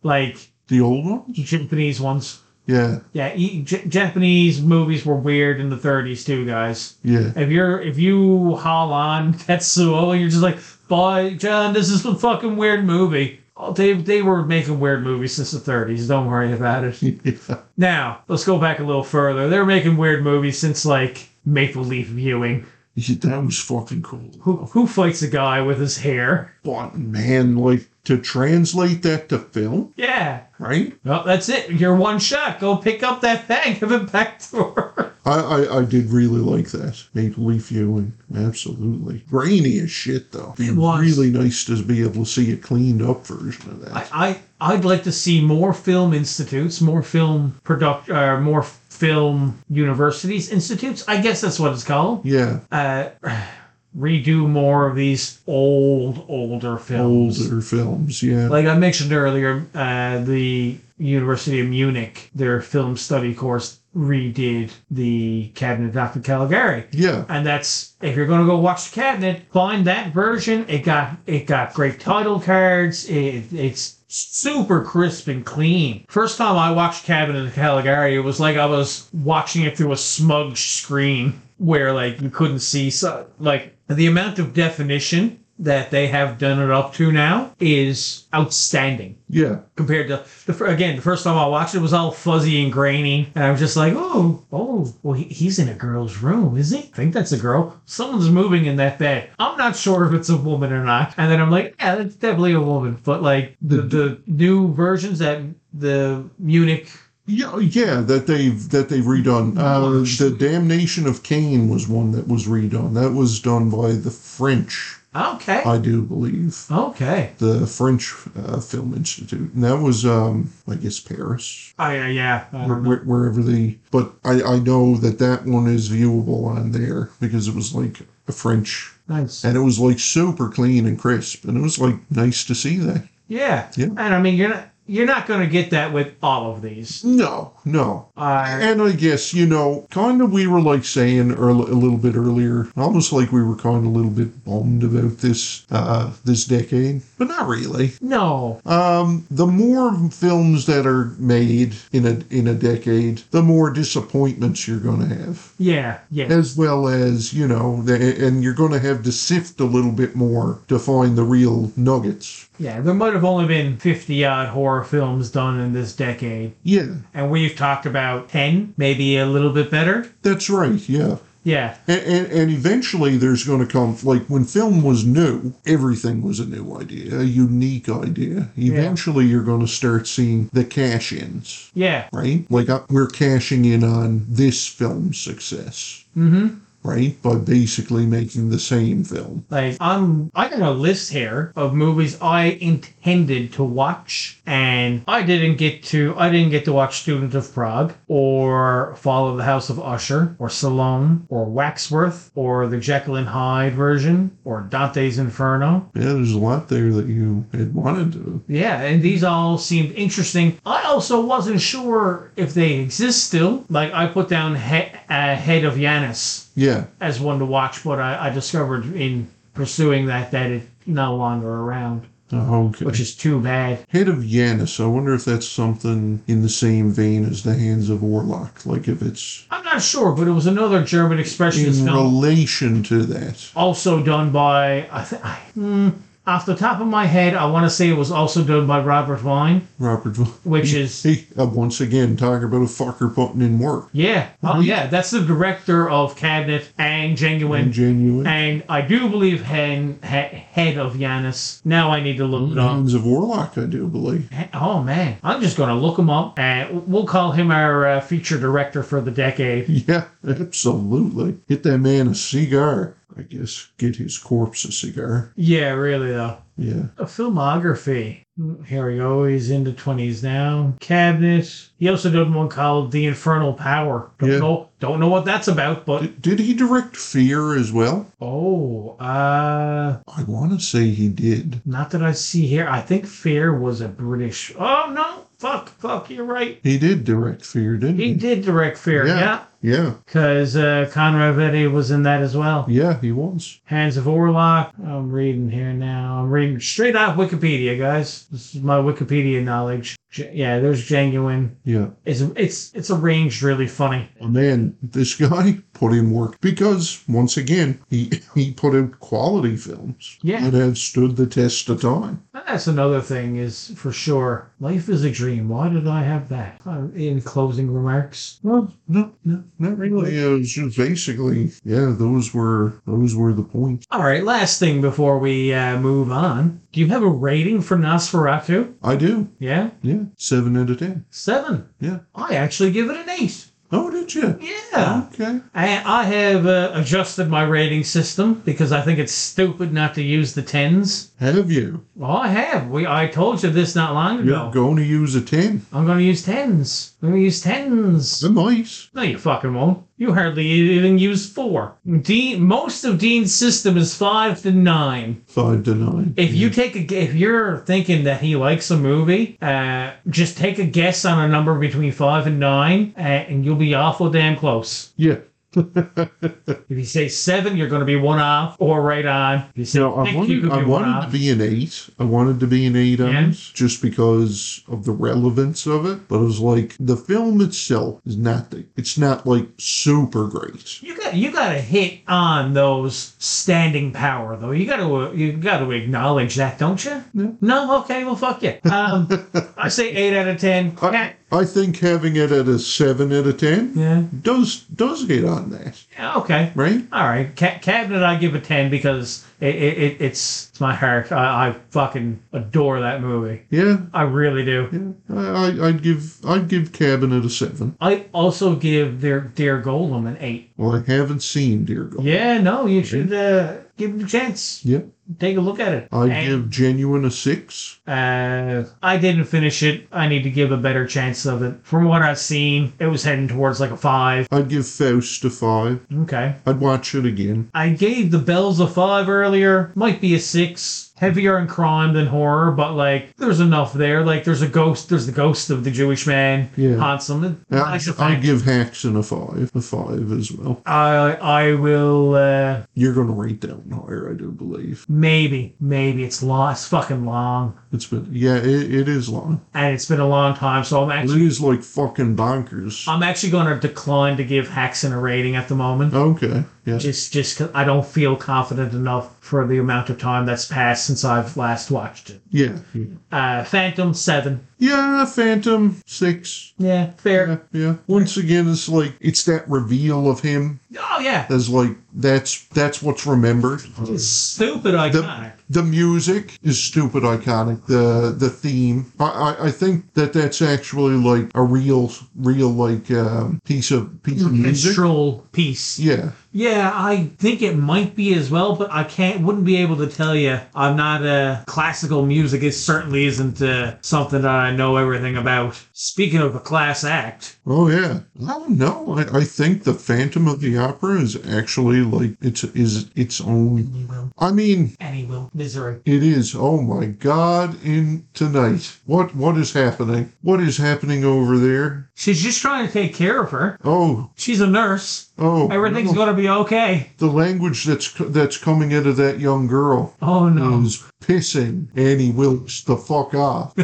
Speaker 2: Like
Speaker 1: The old ones?
Speaker 2: Japanese ones.
Speaker 1: Yeah.
Speaker 2: Yeah, e- J- Japanese movies were weird in the 30s too, guys.
Speaker 1: Yeah.
Speaker 2: If you're if you haul on Tetsuo, you're just like, boy, John, this is a fucking weird movie. Oh, they they were making weird movies since the 30s. Don't worry about it.
Speaker 1: yeah.
Speaker 2: Now let's go back a little further. They're making weird movies since like Maple Leaf Viewing.
Speaker 1: Yeah, That was fucking cool.
Speaker 2: Who who fights a guy with his hair?
Speaker 1: But man, like to translate that to film,
Speaker 2: Yeah.
Speaker 1: right?
Speaker 2: Well, that's it. You're one shot. Go pick up that bag. Give it back to her.
Speaker 1: I, I, I did really like that. Maple Leaf Viewing. Absolutely. Grainy as shit, though. Be
Speaker 2: It was.
Speaker 1: really nice to be able to see a cleaned up version of that.
Speaker 2: I, I I'd like to see more film institutes, more film product, uh, more film universities, institutes. I guess that's what it's called.
Speaker 1: yeah.
Speaker 2: Uh, redo more of these old, older films.
Speaker 1: Older films. Yeah.
Speaker 2: Like I mentioned earlier, uh, the University of Munich, their film study course redid the Cabinet of Dr. Caligari.
Speaker 1: yeah.
Speaker 2: And that's if you're gonna go watch the cabinet, find that version. It got it got great title cards. It, it's super crisp and clean. First time I watched Cabinet of Caligari, it was like I was watching it through a smudge screen where like you couldn't see so like the amount of definition that they have done it up to now is outstanding
Speaker 1: Yeah.
Speaker 2: compared to the fir- again the first time I watched it was all fuzzy and grainy, and I was just like, oh, oh, well he, he's in a girl's room, is he? I think that's a girl. Someone's moving in that bed. I'm not sure if it's a woman or not. And then I'm like, yeah, that's definitely a woman. But like the the new versions that the Munich,
Speaker 1: Yeah, oh, yeah, that they've that they've redone. Uh, the Damnation of Cain was one that was redone. That was done by the French,
Speaker 2: okay,
Speaker 1: I do believe,
Speaker 2: okay,
Speaker 1: the French uh, Film Institute, and that was, um, I guess, Paris,
Speaker 2: I, uh, yeah, I
Speaker 1: where,
Speaker 2: don't know.
Speaker 1: where- wherever they. But I, I know that that one is viewable on there because it was like a French,
Speaker 2: nice,
Speaker 1: and it was like super clean and crisp, and it was like nice to see that.
Speaker 2: yeah.
Speaker 1: Yeah.
Speaker 2: and I mean you're not you're not gonna get that with all of these.
Speaker 1: No, no,
Speaker 2: Uh,
Speaker 1: And I guess, you know, kind of we were like saying earl- a little bit earlier, almost like we were kind of a little bit bummed about this uh, this decade, but not really.
Speaker 2: no,
Speaker 1: Um, the more films that are made in a in a decade, the more disappointments you're going to have,
Speaker 2: yeah, yeah,
Speaker 1: as well as you know, the, and you're going to have to sift a little bit more to find the real nuggets.
Speaker 2: yeah. There might have only been fifty odd horror films done in this decade.
Speaker 1: Yeah,
Speaker 2: and we've talked about 10, maybe a little bit better.
Speaker 1: that's right. Yeah.
Speaker 2: Yeah.
Speaker 1: And, and, and eventually there's going to come like when film was new everything was a new idea a unique idea eventually you're going to start seeing the cash ins
Speaker 2: Yeah.
Speaker 1: right like uh, we're cashing in on this film's success
Speaker 2: Mhm.
Speaker 1: right by basically making the same film
Speaker 2: Like I'm I got a list here of movies I intended to watch and I didn't get to I didn't get to watch Student of Prague or Fall of the House of Usher or Salome or Waxworth or the Jekyll and Hyde version or Dante's Inferno.
Speaker 1: yeah there's a lot there that you had wanted to
Speaker 2: Yeah, and these all seemed interesting. I also wasn't sure if they exist still. Like I put down he- uh, Head of Yanis
Speaker 1: yeah
Speaker 2: as one to watch, but I, I discovered in pursuing that that it's no longer around,
Speaker 1: oh, okay
Speaker 2: which is too bad.
Speaker 1: head of yanis i wonder if that's something in the same vein as the hands of orlok like if it's
Speaker 2: I'm not sure, but it was another German expressionist
Speaker 1: in
Speaker 2: film,
Speaker 1: relation to that
Speaker 2: also done by I think I, hmm, off the top of my head, I want to say it was also done by Robert Vine,
Speaker 1: Robert,
Speaker 2: which
Speaker 1: he,
Speaker 2: is
Speaker 1: he, uh, once again talking about a fucker putting in work.
Speaker 2: yeah,
Speaker 1: Mm-hmm.
Speaker 2: oh yeah, that's the director of Cabinet and Genuine
Speaker 1: Genuine.
Speaker 2: And I do believe Hen, he, head of Yanis. Now I need to look it up.
Speaker 1: Hounds of Warlock, I do believe.
Speaker 2: He- Oh man, I'm just gonna look him up, and we'll call him our uh, feature director for the decade.
Speaker 1: Yeah, absolutely. Get that man a cigar. I guess get his corpse a cigar.
Speaker 2: Yeah, really though.
Speaker 1: Yeah.
Speaker 2: A filmography. Here we go. He's in the 20s now. Cabinet. He also did one called The Infernal Power. Don't
Speaker 1: Yeah.
Speaker 2: know. Don't know what that's about, but
Speaker 1: Did, did he direct Fear as well?
Speaker 2: oh, uh,
Speaker 1: I want to say he did.
Speaker 2: not that I see here. I think Fear was a British. Oh no, fuck, fuck. You're right.
Speaker 1: He did direct Fear, didn't he?
Speaker 2: He did direct Fear.
Speaker 1: Yeah.
Speaker 2: Mm-hmm. yeah.
Speaker 1: Yeah,
Speaker 2: because uh, Conrad Vedi was in that as well.
Speaker 1: yeah, he was.
Speaker 2: Hands of Orlok. I'm reading here now. I'm reading straight off Wikipedia, guys. This is my Wikipedia knowledge. Ge- yeah, there's genuine.
Speaker 1: Yeah.
Speaker 2: It's it's it's arranged really funny.
Speaker 1: And then this guy put in work because, once again, he, he put out quality films
Speaker 2: Yeah.
Speaker 1: that have stood the test of time.
Speaker 2: That's another thing is for sure. Life is a dream. Why did I have that? Uh, in closing remarks.
Speaker 1: Well, no,
Speaker 2: No,
Speaker 1: not really. It was just basically, yeah, those were those were the points.
Speaker 2: All right, last thing before we uh, move on. Do you have a rating for Nosferatu?
Speaker 1: I do.
Speaker 2: Yeah,
Speaker 1: Yeah, seven out of ten.
Speaker 2: seven.
Speaker 1: Yeah.
Speaker 2: I actually give it an eight.
Speaker 1: Oh, did you?
Speaker 2: Yeah.
Speaker 1: Okay.
Speaker 2: I, I have uh, adjusted my rating system because I think it's stupid not to use the tens.
Speaker 1: Have you?
Speaker 2: Well, I have. We I told you this not long
Speaker 1: You're
Speaker 2: ago.
Speaker 1: going to use a ten.
Speaker 2: I'm going to use tens. I'm going to use tens.
Speaker 1: The mice.
Speaker 2: No, you fucking won't. You hardly even use four. Dean, most of Dean's system is five to nine.
Speaker 1: Five to nine.
Speaker 2: If you take a, gu- if you're thinking that he likes a movie, uh, just take a guess on a number between five and nine, uh, and you'll be awful damn close.
Speaker 1: Yeah.
Speaker 2: If you say seven, you're going to be one off or right on. If you say
Speaker 1: No, I
Speaker 2: six,
Speaker 1: wanted,
Speaker 2: you could
Speaker 1: I
Speaker 2: be one
Speaker 1: wanted to
Speaker 2: off.
Speaker 1: be an eight. I wanted to be an eight on
Speaker 2: Yeah.
Speaker 1: this just because of the relevance of it. But it was like the film itself is not the, it's not like super great.
Speaker 2: You got you got to hit on those standing power though. You got to you got to acknowledge that, don't you?
Speaker 1: Yeah.
Speaker 2: No, okay, well fuck you. Um, I say eight out of ten. Yeah,
Speaker 1: I, I think having it at a seven out of ten
Speaker 2: yeah,
Speaker 1: does does hit on that,
Speaker 2: yeah, okay.
Speaker 1: right?
Speaker 2: All right, Ca- cabinet. I give a ten because it, it, it it's it's my heart. I, I fucking adore that movie.
Speaker 1: Yeah.
Speaker 2: I really do.
Speaker 1: Yeah. I, I I'd give I'd give Cabinet a seven.
Speaker 2: I also give their Dare Golem an eight.
Speaker 1: Well, I haven't seen Dear God.
Speaker 2: Yeah, no, you should uh, give it a chance.
Speaker 1: Yeah.
Speaker 2: take a look at it.
Speaker 1: I'd
Speaker 2: And,
Speaker 1: give Genuine a six.
Speaker 2: Uh, I didn't finish it. I need to give a better chance of it. From what I've seen, it was heading towards like a five.
Speaker 1: I'd give Faust a five.
Speaker 2: Okay.
Speaker 1: I'd watch it again.
Speaker 2: I gave the bells a five earlier. Might be a six. Heavier in crime than horror, but like there's enough there. Like there's a ghost. There's the ghost of the Jewish man.
Speaker 1: Yeah.
Speaker 2: Haunts him.
Speaker 1: I,
Speaker 2: Nice
Speaker 1: I
Speaker 2: effect.
Speaker 1: give Haxon a five, a five as well.
Speaker 2: I I will uh,
Speaker 1: You're going to rate that one higher, I do believe.
Speaker 2: maybe maybe it's long. It's fucking long,
Speaker 1: It's been yeah, it, it is long.
Speaker 2: and it's been a long time. So I'm
Speaker 1: It
Speaker 2: actually
Speaker 1: is like fucking bonkers.
Speaker 2: I'm actually going to decline to give Haxon a rating at the moment.
Speaker 1: Okay, yeah,
Speaker 2: just just 'cause I don't feel confident enough for the amount of time that's passed since I've last watched it.
Speaker 1: yeah,
Speaker 2: Uh, Phantom seven,
Speaker 1: yeah. Phantom six.
Speaker 2: yeah, fair.
Speaker 1: Yeah. Once again, it's like it's that reveal of him
Speaker 2: Oh yeah,
Speaker 1: as like that's that's what's remembered.
Speaker 2: stupid iconic.
Speaker 1: The music is stupid iconic. The the theme. I, I, I think that that's actually like a real real like um, piece of piece of music.
Speaker 2: Control piece.
Speaker 1: Yeah.
Speaker 2: Yeah, I think it might be as well, but I can't. Wouldn't be able to tell you. I'm not a classical music. It certainly isn't uh, something that I know everything about. Speaking of a class act,
Speaker 1: Oh yeah. Oh no. I, I think the Phantom of the Opera is actually like it's is its own.
Speaker 2: any will,
Speaker 1: I mean,
Speaker 2: any will, misery.
Speaker 1: it is. Oh my God! In tonight, what what is happening? What is happening over there?
Speaker 2: She's just trying to take care of her.
Speaker 1: Oh,
Speaker 2: She's a nurse.
Speaker 1: oh.
Speaker 2: Everything's
Speaker 1: no.
Speaker 2: going to be okay.
Speaker 1: The language that's co- that's coming out of that young girl
Speaker 2: Oh, no.
Speaker 1: is pissing Annie Wilkes the fuck off.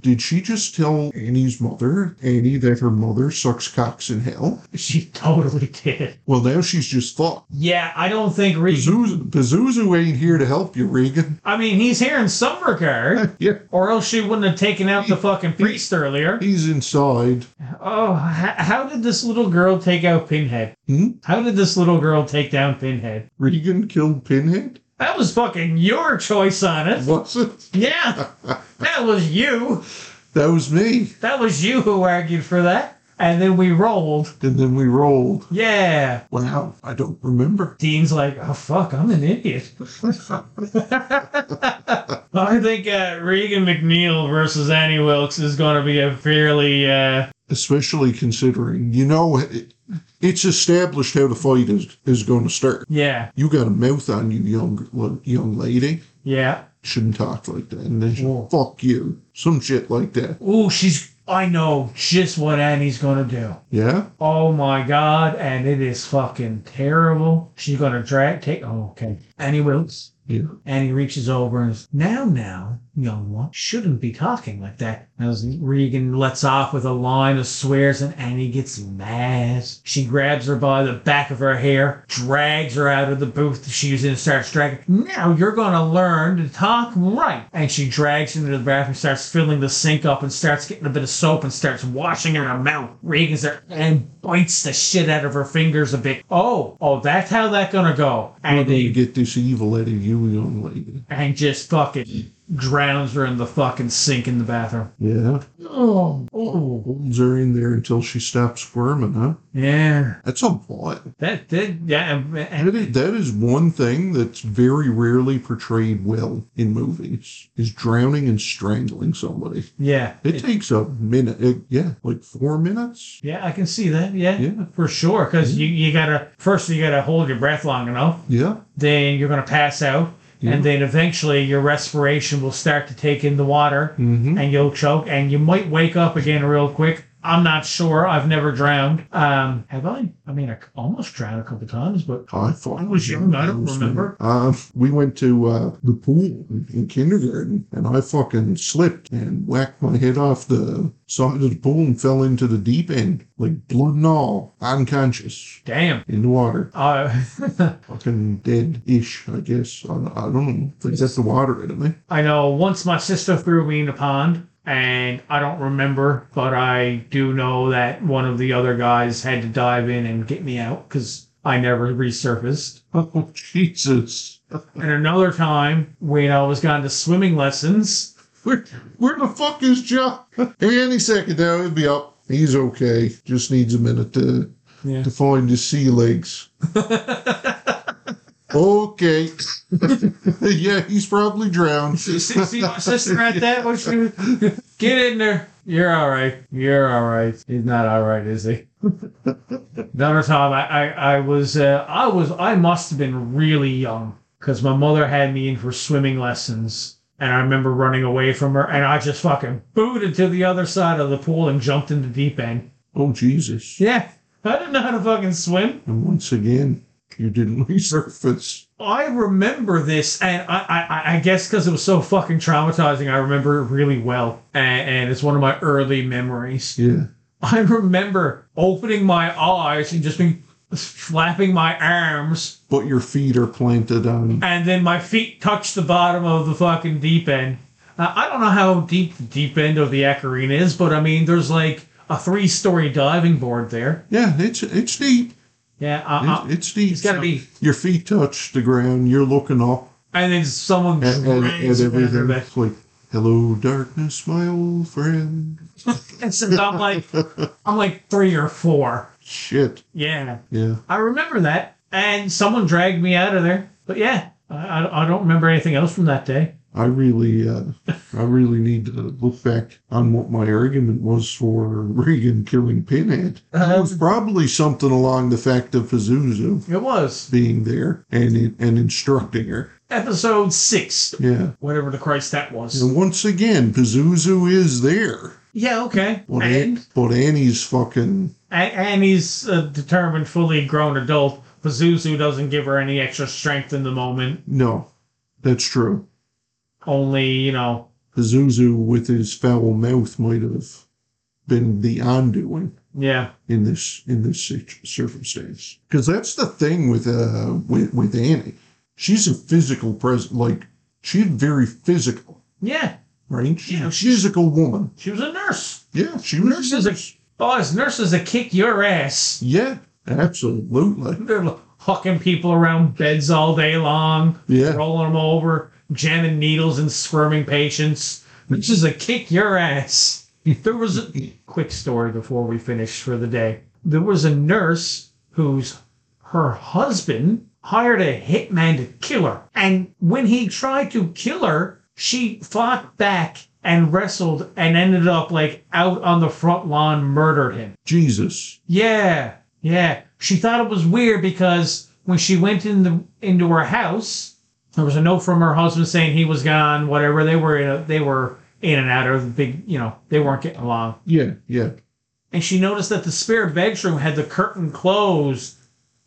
Speaker 1: Did she just tell Annie's mother, Annie, that her mother sucks cocks in hell?
Speaker 2: she totally did.
Speaker 1: Well, now she's just fucked.
Speaker 2: Yeah, I don't think Regan.
Speaker 1: Pazuzu, Pazuzu ain't here to help you, Regan.
Speaker 2: I mean, he's here in some regard,
Speaker 1: yeah,
Speaker 2: or else she wouldn't have taken out the fucking priest earlier.
Speaker 1: he's inside.
Speaker 2: Oh, h- how did this little girl take out Pinhead?
Speaker 1: Hmm?
Speaker 2: How did this little girl take down Pinhead?
Speaker 1: Regan killed Pinhead?
Speaker 2: That was fucking your choice on it.
Speaker 1: Was it?
Speaker 2: Yeah, that was you.
Speaker 1: That was me.
Speaker 2: That was you who argued for that. And then we rolled.
Speaker 1: And then we rolled.
Speaker 2: Yeah.
Speaker 1: Wow, I don't remember.
Speaker 2: Dean's like, oh, fuck, I'm an idiot. I think uh, Regan McNeil versus Annie Wilkes is going to be a fairly. Uh,
Speaker 1: Especially considering, you know, it, it's established how the fight is, is going to start.
Speaker 2: yeah,
Speaker 1: You got a mouth on you, young young lady.
Speaker 2: yeah.
Speaker 1: Shouldn't talk like that. And then she,
Speaker 2: Whoa.
Speaker 1: fuck you. Some shit like that.
Speaker 2: Ooh, she's. I know just what Annie's going to do.
Speaker 1: Yeah?
Speaker 2: Oh my god, and it is fucking terrible. She's gonna drag take oh okay. Annie wilts.
Speaker 1: Yeah.
Speaker 2: Annie reaches over and is now now, young one, shouldn't be talking like that. As Regan lets off with a line of swears and Annie gets mad. She grabs her by the back of her hair, drags her out of the booth that she was in and starts dragging. Now you're gonna learn to talk right. And she drags him into the bathroom, starts filling the sink up and starts getting a bit of soap and starts washing her mouth. Regan's there and bites the shit out of her fingers a bit. Oh, oh, that's how that gonna go.
Speaker 1: How
Speaker 2: And
Speaker 1: do
Speaker 2: they
Speaker 1: you get this evil out of you, young lady?
Speaker 2: and just fucking drowns her in the fucking sink in the bathroom.
Speaker 1: Yeah.
Speaker 2: Oh, oh,
Speaker 1: Holds her in there until she stops squirming, huh?
Speaker 2: yeah.
Speaker 1: That's a lot.
Speaker 2: That did, yeah. and- and-
Speaker 1: That is, that is one thing that's very rarely portrayed well in movies is drowning and strangling somebody.
Speaker 2: yeah,
Speaker 1: It,
Speaker 2: It-
Speaker 1: takes a minute. It- yeah, like four minutes.
Speaker 2: yeah. I can see that. Yeah,
Speaker 1: Yeah.
Speaker 2: for sure. Because you you gotta first you gotta hold your breath long enough.
Speaker 1: Yeah.
Speaker 2: Then you're gonna pass out,
Speaker 1: Yeah.
Speaker 2: and then eventually your respiration will start to take in the water,
Speaker 1: Mm-hmm.
Speaker 2: and you'll choke, and you might wake up again real quick. I'm not sure. I've never drowned. Um, have I? I mean, I almost drowned a couple times, but
Speaker 1: I thought
Speaker 2: I was young, I don't remember.
Speaker 1: Uh, we went to uh, the pool in kindergarten, and I fucking slipped and whacked my head off the side of the pool and fell into the deep end, like blood and all, unconscious
Speaker 2: damn.
Speaker 1: in the water.
Speaker 2: Uh,
Speaker 1: fucking dead ish, I guess. I, I don't know. They set the water in me.
Speaker 2: I know once my sister threw me in a pond, and I don't remember, but I do know that one of the other guys had to dive in and get me out because I never resurfaced.
Speaker 1: Oh, Jesus.
Speaker 2: And another time when I was going to swimming lessons,
Speaker 1: Where, where the fuck is John? Any second now, he'll be up. He's okay. Just needs a minute to,
Speaker 2: yeah,
Speaker 1: to find his sea legs. okay. yeah, he's probably drowned.
Speaker 2: see, see, see my sister at that? What she was- get in there. You're all right. You're all right. He's not all right, is he? Another time, I, I, I was, uh, I was, I must have been really young because my mother had me in for swimming lessons. And I remember running away from her, and I just fucking booted to the other side of the pool and jumped in the deep end.
Speaker 1: Oh, Jesus.
Speaker 2: Yeah, I didn't know how to fucking swim.
Speaker 1: And once again, you didn't resurface.
Speaker 2: I remember this, and I, I, I- I guess because it was so fucking traumatizing, I remember it really well. And, and it's one of my early memories.
Speaker 1: Yeah.
Speaker 2: I remember opening my eyes and just being flapping my arms,
Speaker 1: But your feet are planted on.
Speaker 2: and then my feet touched the bottom of the fucking deep end. Uh, I don't know how deep the deep end of the Acarina is, but I mean, there's like a three story diving board there.
Speaker 1: Yeah, it's it's deep.
Speaker 2: Yeah, uh, uh,
Speaker 1: It's, it's deep.
Speaker 2: it's gotta be.
Speaker 1: Your feet touch the ground. You're looking up.
Speaker 2: And then someone
Speaker 1: and, and, and
Speaker 2: drags me under
Speaker 1: everything.
Speaker 2: that.
Speaker 1: It's like, hello, darkness, my old friend.
Speaker 2: And since I'm like, I'm like three or four.
Speaker 1: Shit.
Speaker 2: Yeah,
Speaker 1: Yeah.
Speaker 2: I remember that. And someone dragged me out of there. But yeah, I, I- I don't remember anything else from that day.
Speaker 1: I really, uh, I really need to look back on what my argument was for Regan killing Pinhead. it was
Speaker 2: Um,
Speaker 1: probably something along the fact of Pazuzu
Speaker 2: It was
Speaker 1: being there and and instructing her.
Speaker 2: episode six,
Speaker 1: Yeah.
Speaker 2: whatever the Christ that was.
Speaker 1: And once again, Pazuzu is there.
Speaker 2: Yeah, okay.
Speaker 1: But,
Speaker 2: and,
Speaker 1: An- but Annie's fucking.
Speaker 2: A- Annie's a determined, fully grown adult. Pazuzu doesn't give her any extra strength in the moment.
Speaker 1: No, that's true.
Speaker 2: Only, you know,
Speaker 1: Pazuzu with his foul mouth might have been the undoing
Speaker 2: yeah.
Speaker 1: in this in this situ- circumstance. Because that's the thing with uh with, with Annie. She's a physical present. Like she's very physical,
Speaker 2: Yeah,
Speaker 1: right? She's
Speaker 2: Yeah.
Speaker 1: a physical woman.
Speaker 2: she was a nurse.
Speaker 1: Yeah, she was.
Speaker 2: She was a, oh, as nurses, that kick your ass.
Speaker 1: Yeah, absolutely.
Speaker 2: They're l- hucking people around beds all day long,
Speaker 1: Yeah,
Speaker 2: rolling them over, jamming needles and squirming patients. This is a kick your ass. There was a quick story before we finish for the day. There was a nurse whose her husband hired a hitman to kill her. And when he tried to kill her, she fought back and wrestled and ended up like out on the front lawn, murdered him.
Speaker 1: Jesus.
Speaker 2: Yeah, yeah. She thought it was weird because when she went in the into her house, there was a note from her husband saying he was gone. Whatever they were, in a, they were in and out of the big. You know, they weren't getting along.
Speaker 1: Yeah, yeah.
Speaker 2: And she noticed that the spare bedroom had the curtain closed,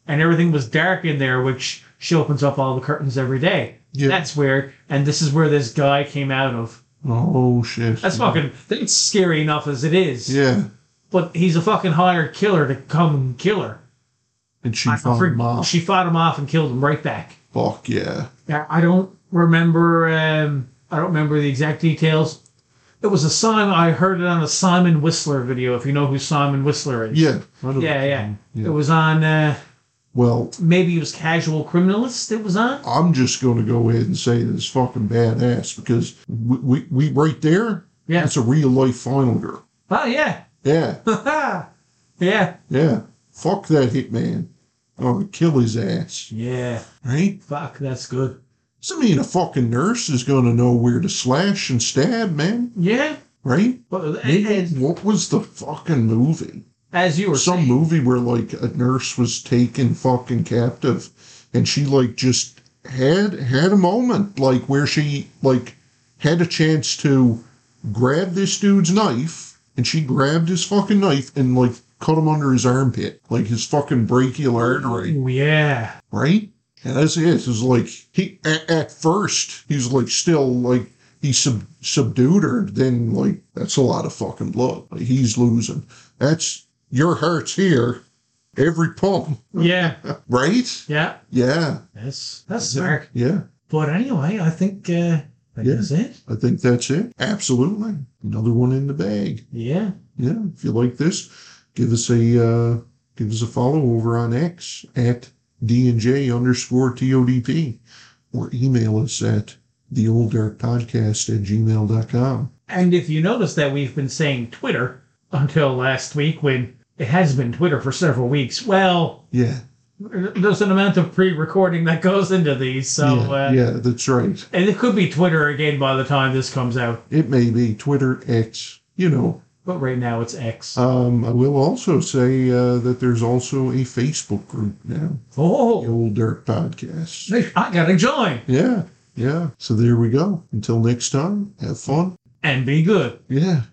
Speaker 2: and everything was dark in there. Which she opens up all the curtains every day.
Speaker 1: Yeah.
Speaker 2: That's weird. And this is where this guy came out of.
Speaker 1: Oh shit.
Speaker 2: That's fucking. That's scary enough as it is.
Speaker 1: Yeah,
Speaker 2: But he's a fucking hired killer to come and kill her.
Speaker 1: and she
Speaker 2: I
Speaker 1: found
Speaker 2: freak-
Speaker 1: him off.
Speaker 2: She fought him off and killed him right back.
Speaker 1: Fuck yeah.
Speaker 2: Yeah, I don't remember. Um, I don't remember the exact details. It was a Simon. I heard it on a Simon Whistler video. If you know who Simon Whistler is.
Speaker 1: Yeah. I don't-
Speaker 2: Yeah, yeah.
Speaker 1: Yeah.
Speaker 2: It was on. Uh,
Speaker 1: Well,
Speaker 2: maybe it was Casual Criminalist. It was on.
Speaker 1: I'm just going to go ahead and say this fucking badass because we, we, we right there,
Speaker 2: Yeah.
Speaker 1: that's a real life final girl.
Speaker 2: Oh yeah.
Speaker 1: Yeah,
Speaker 2: yeah.
Speaker 1: yeah. Fuck that hitman. Oh, kill his ass,
Speaker 2: Yeah.
Speaker 1: right?
Speaker 2: Fuck. That's good.
Speaker 1: Doesn't mean a fucking nurse is going to know where to slash and stab, man,
Speaker 2: Yeah.
Speaker 1: right?
Speaker 2: But
Speaker 1: Maybe,
Speaker 2: as,
Speaker 1: what was the fucking movie?
Speaker 2: as you were
Speaker 1: Some
Speaker 2: saying,
Speaker 1: movie where like a nurse was taken fucking captive, and she like just had had a moment like where she like had a chance to grab this dude's knife, and she grabbed his fucking knife and like cut him under his armpit, like his fucking brachial artery,
Speaker 2: Oh, yeah.
Speaker 1: right? And that's it. It's like he at, at first he's like still like he sub, subdued her. Then like that's a lot of fucking blood. Like, he's losing. That's your heart's here. Every pump,
Speaker 2: Yeah.
Speaker 1: right?
Speaker 2: Yeah.
Speaker 1: Yeah,
Speaker 2: That's that's smart.
Speaker 1: yeah.
Speaker 2: But anyway, I think uh, that
Speaker 1: Yeah.
Speaker 2: is it.
Speaker 1: I think that's it. Absolutely, another one in the bag.
Speaker 2: Yeah.
Speaker 1: Yeah. If you like this, give us a uh, give us a follow over on X at D and J underscore TODP, or email us at the old dark podcast at gmail.com.
Speaker 2: And if you notice that we've been saying Twitter until last week when it has been Twitter for several weeks. Well,
Speaker 1: Yeah.
Speaker 2: there's an amount of pre-recording that goes into these, so
Speaker 1: yeah,
Speaker 2: uh,
Speaker 1: yeah, that's right.
Speaker 2: and it could be Twitter again by the time this comes out.
Speaker 1: It may be Twitter X. You know,
Speaker 2: But right now it's X.
Speaker 1: um, I will also say uh, that there's also a Facebook group now, the
Speaker 2: oh,
Speaker 1: Old Dirt Podcast.
Speaker 2: I gotta join
Speaker 1: Yeah, yeah. So there we go. Until next time, have fun.
Speaker 2: and be good.
Speaker 1: Yeah.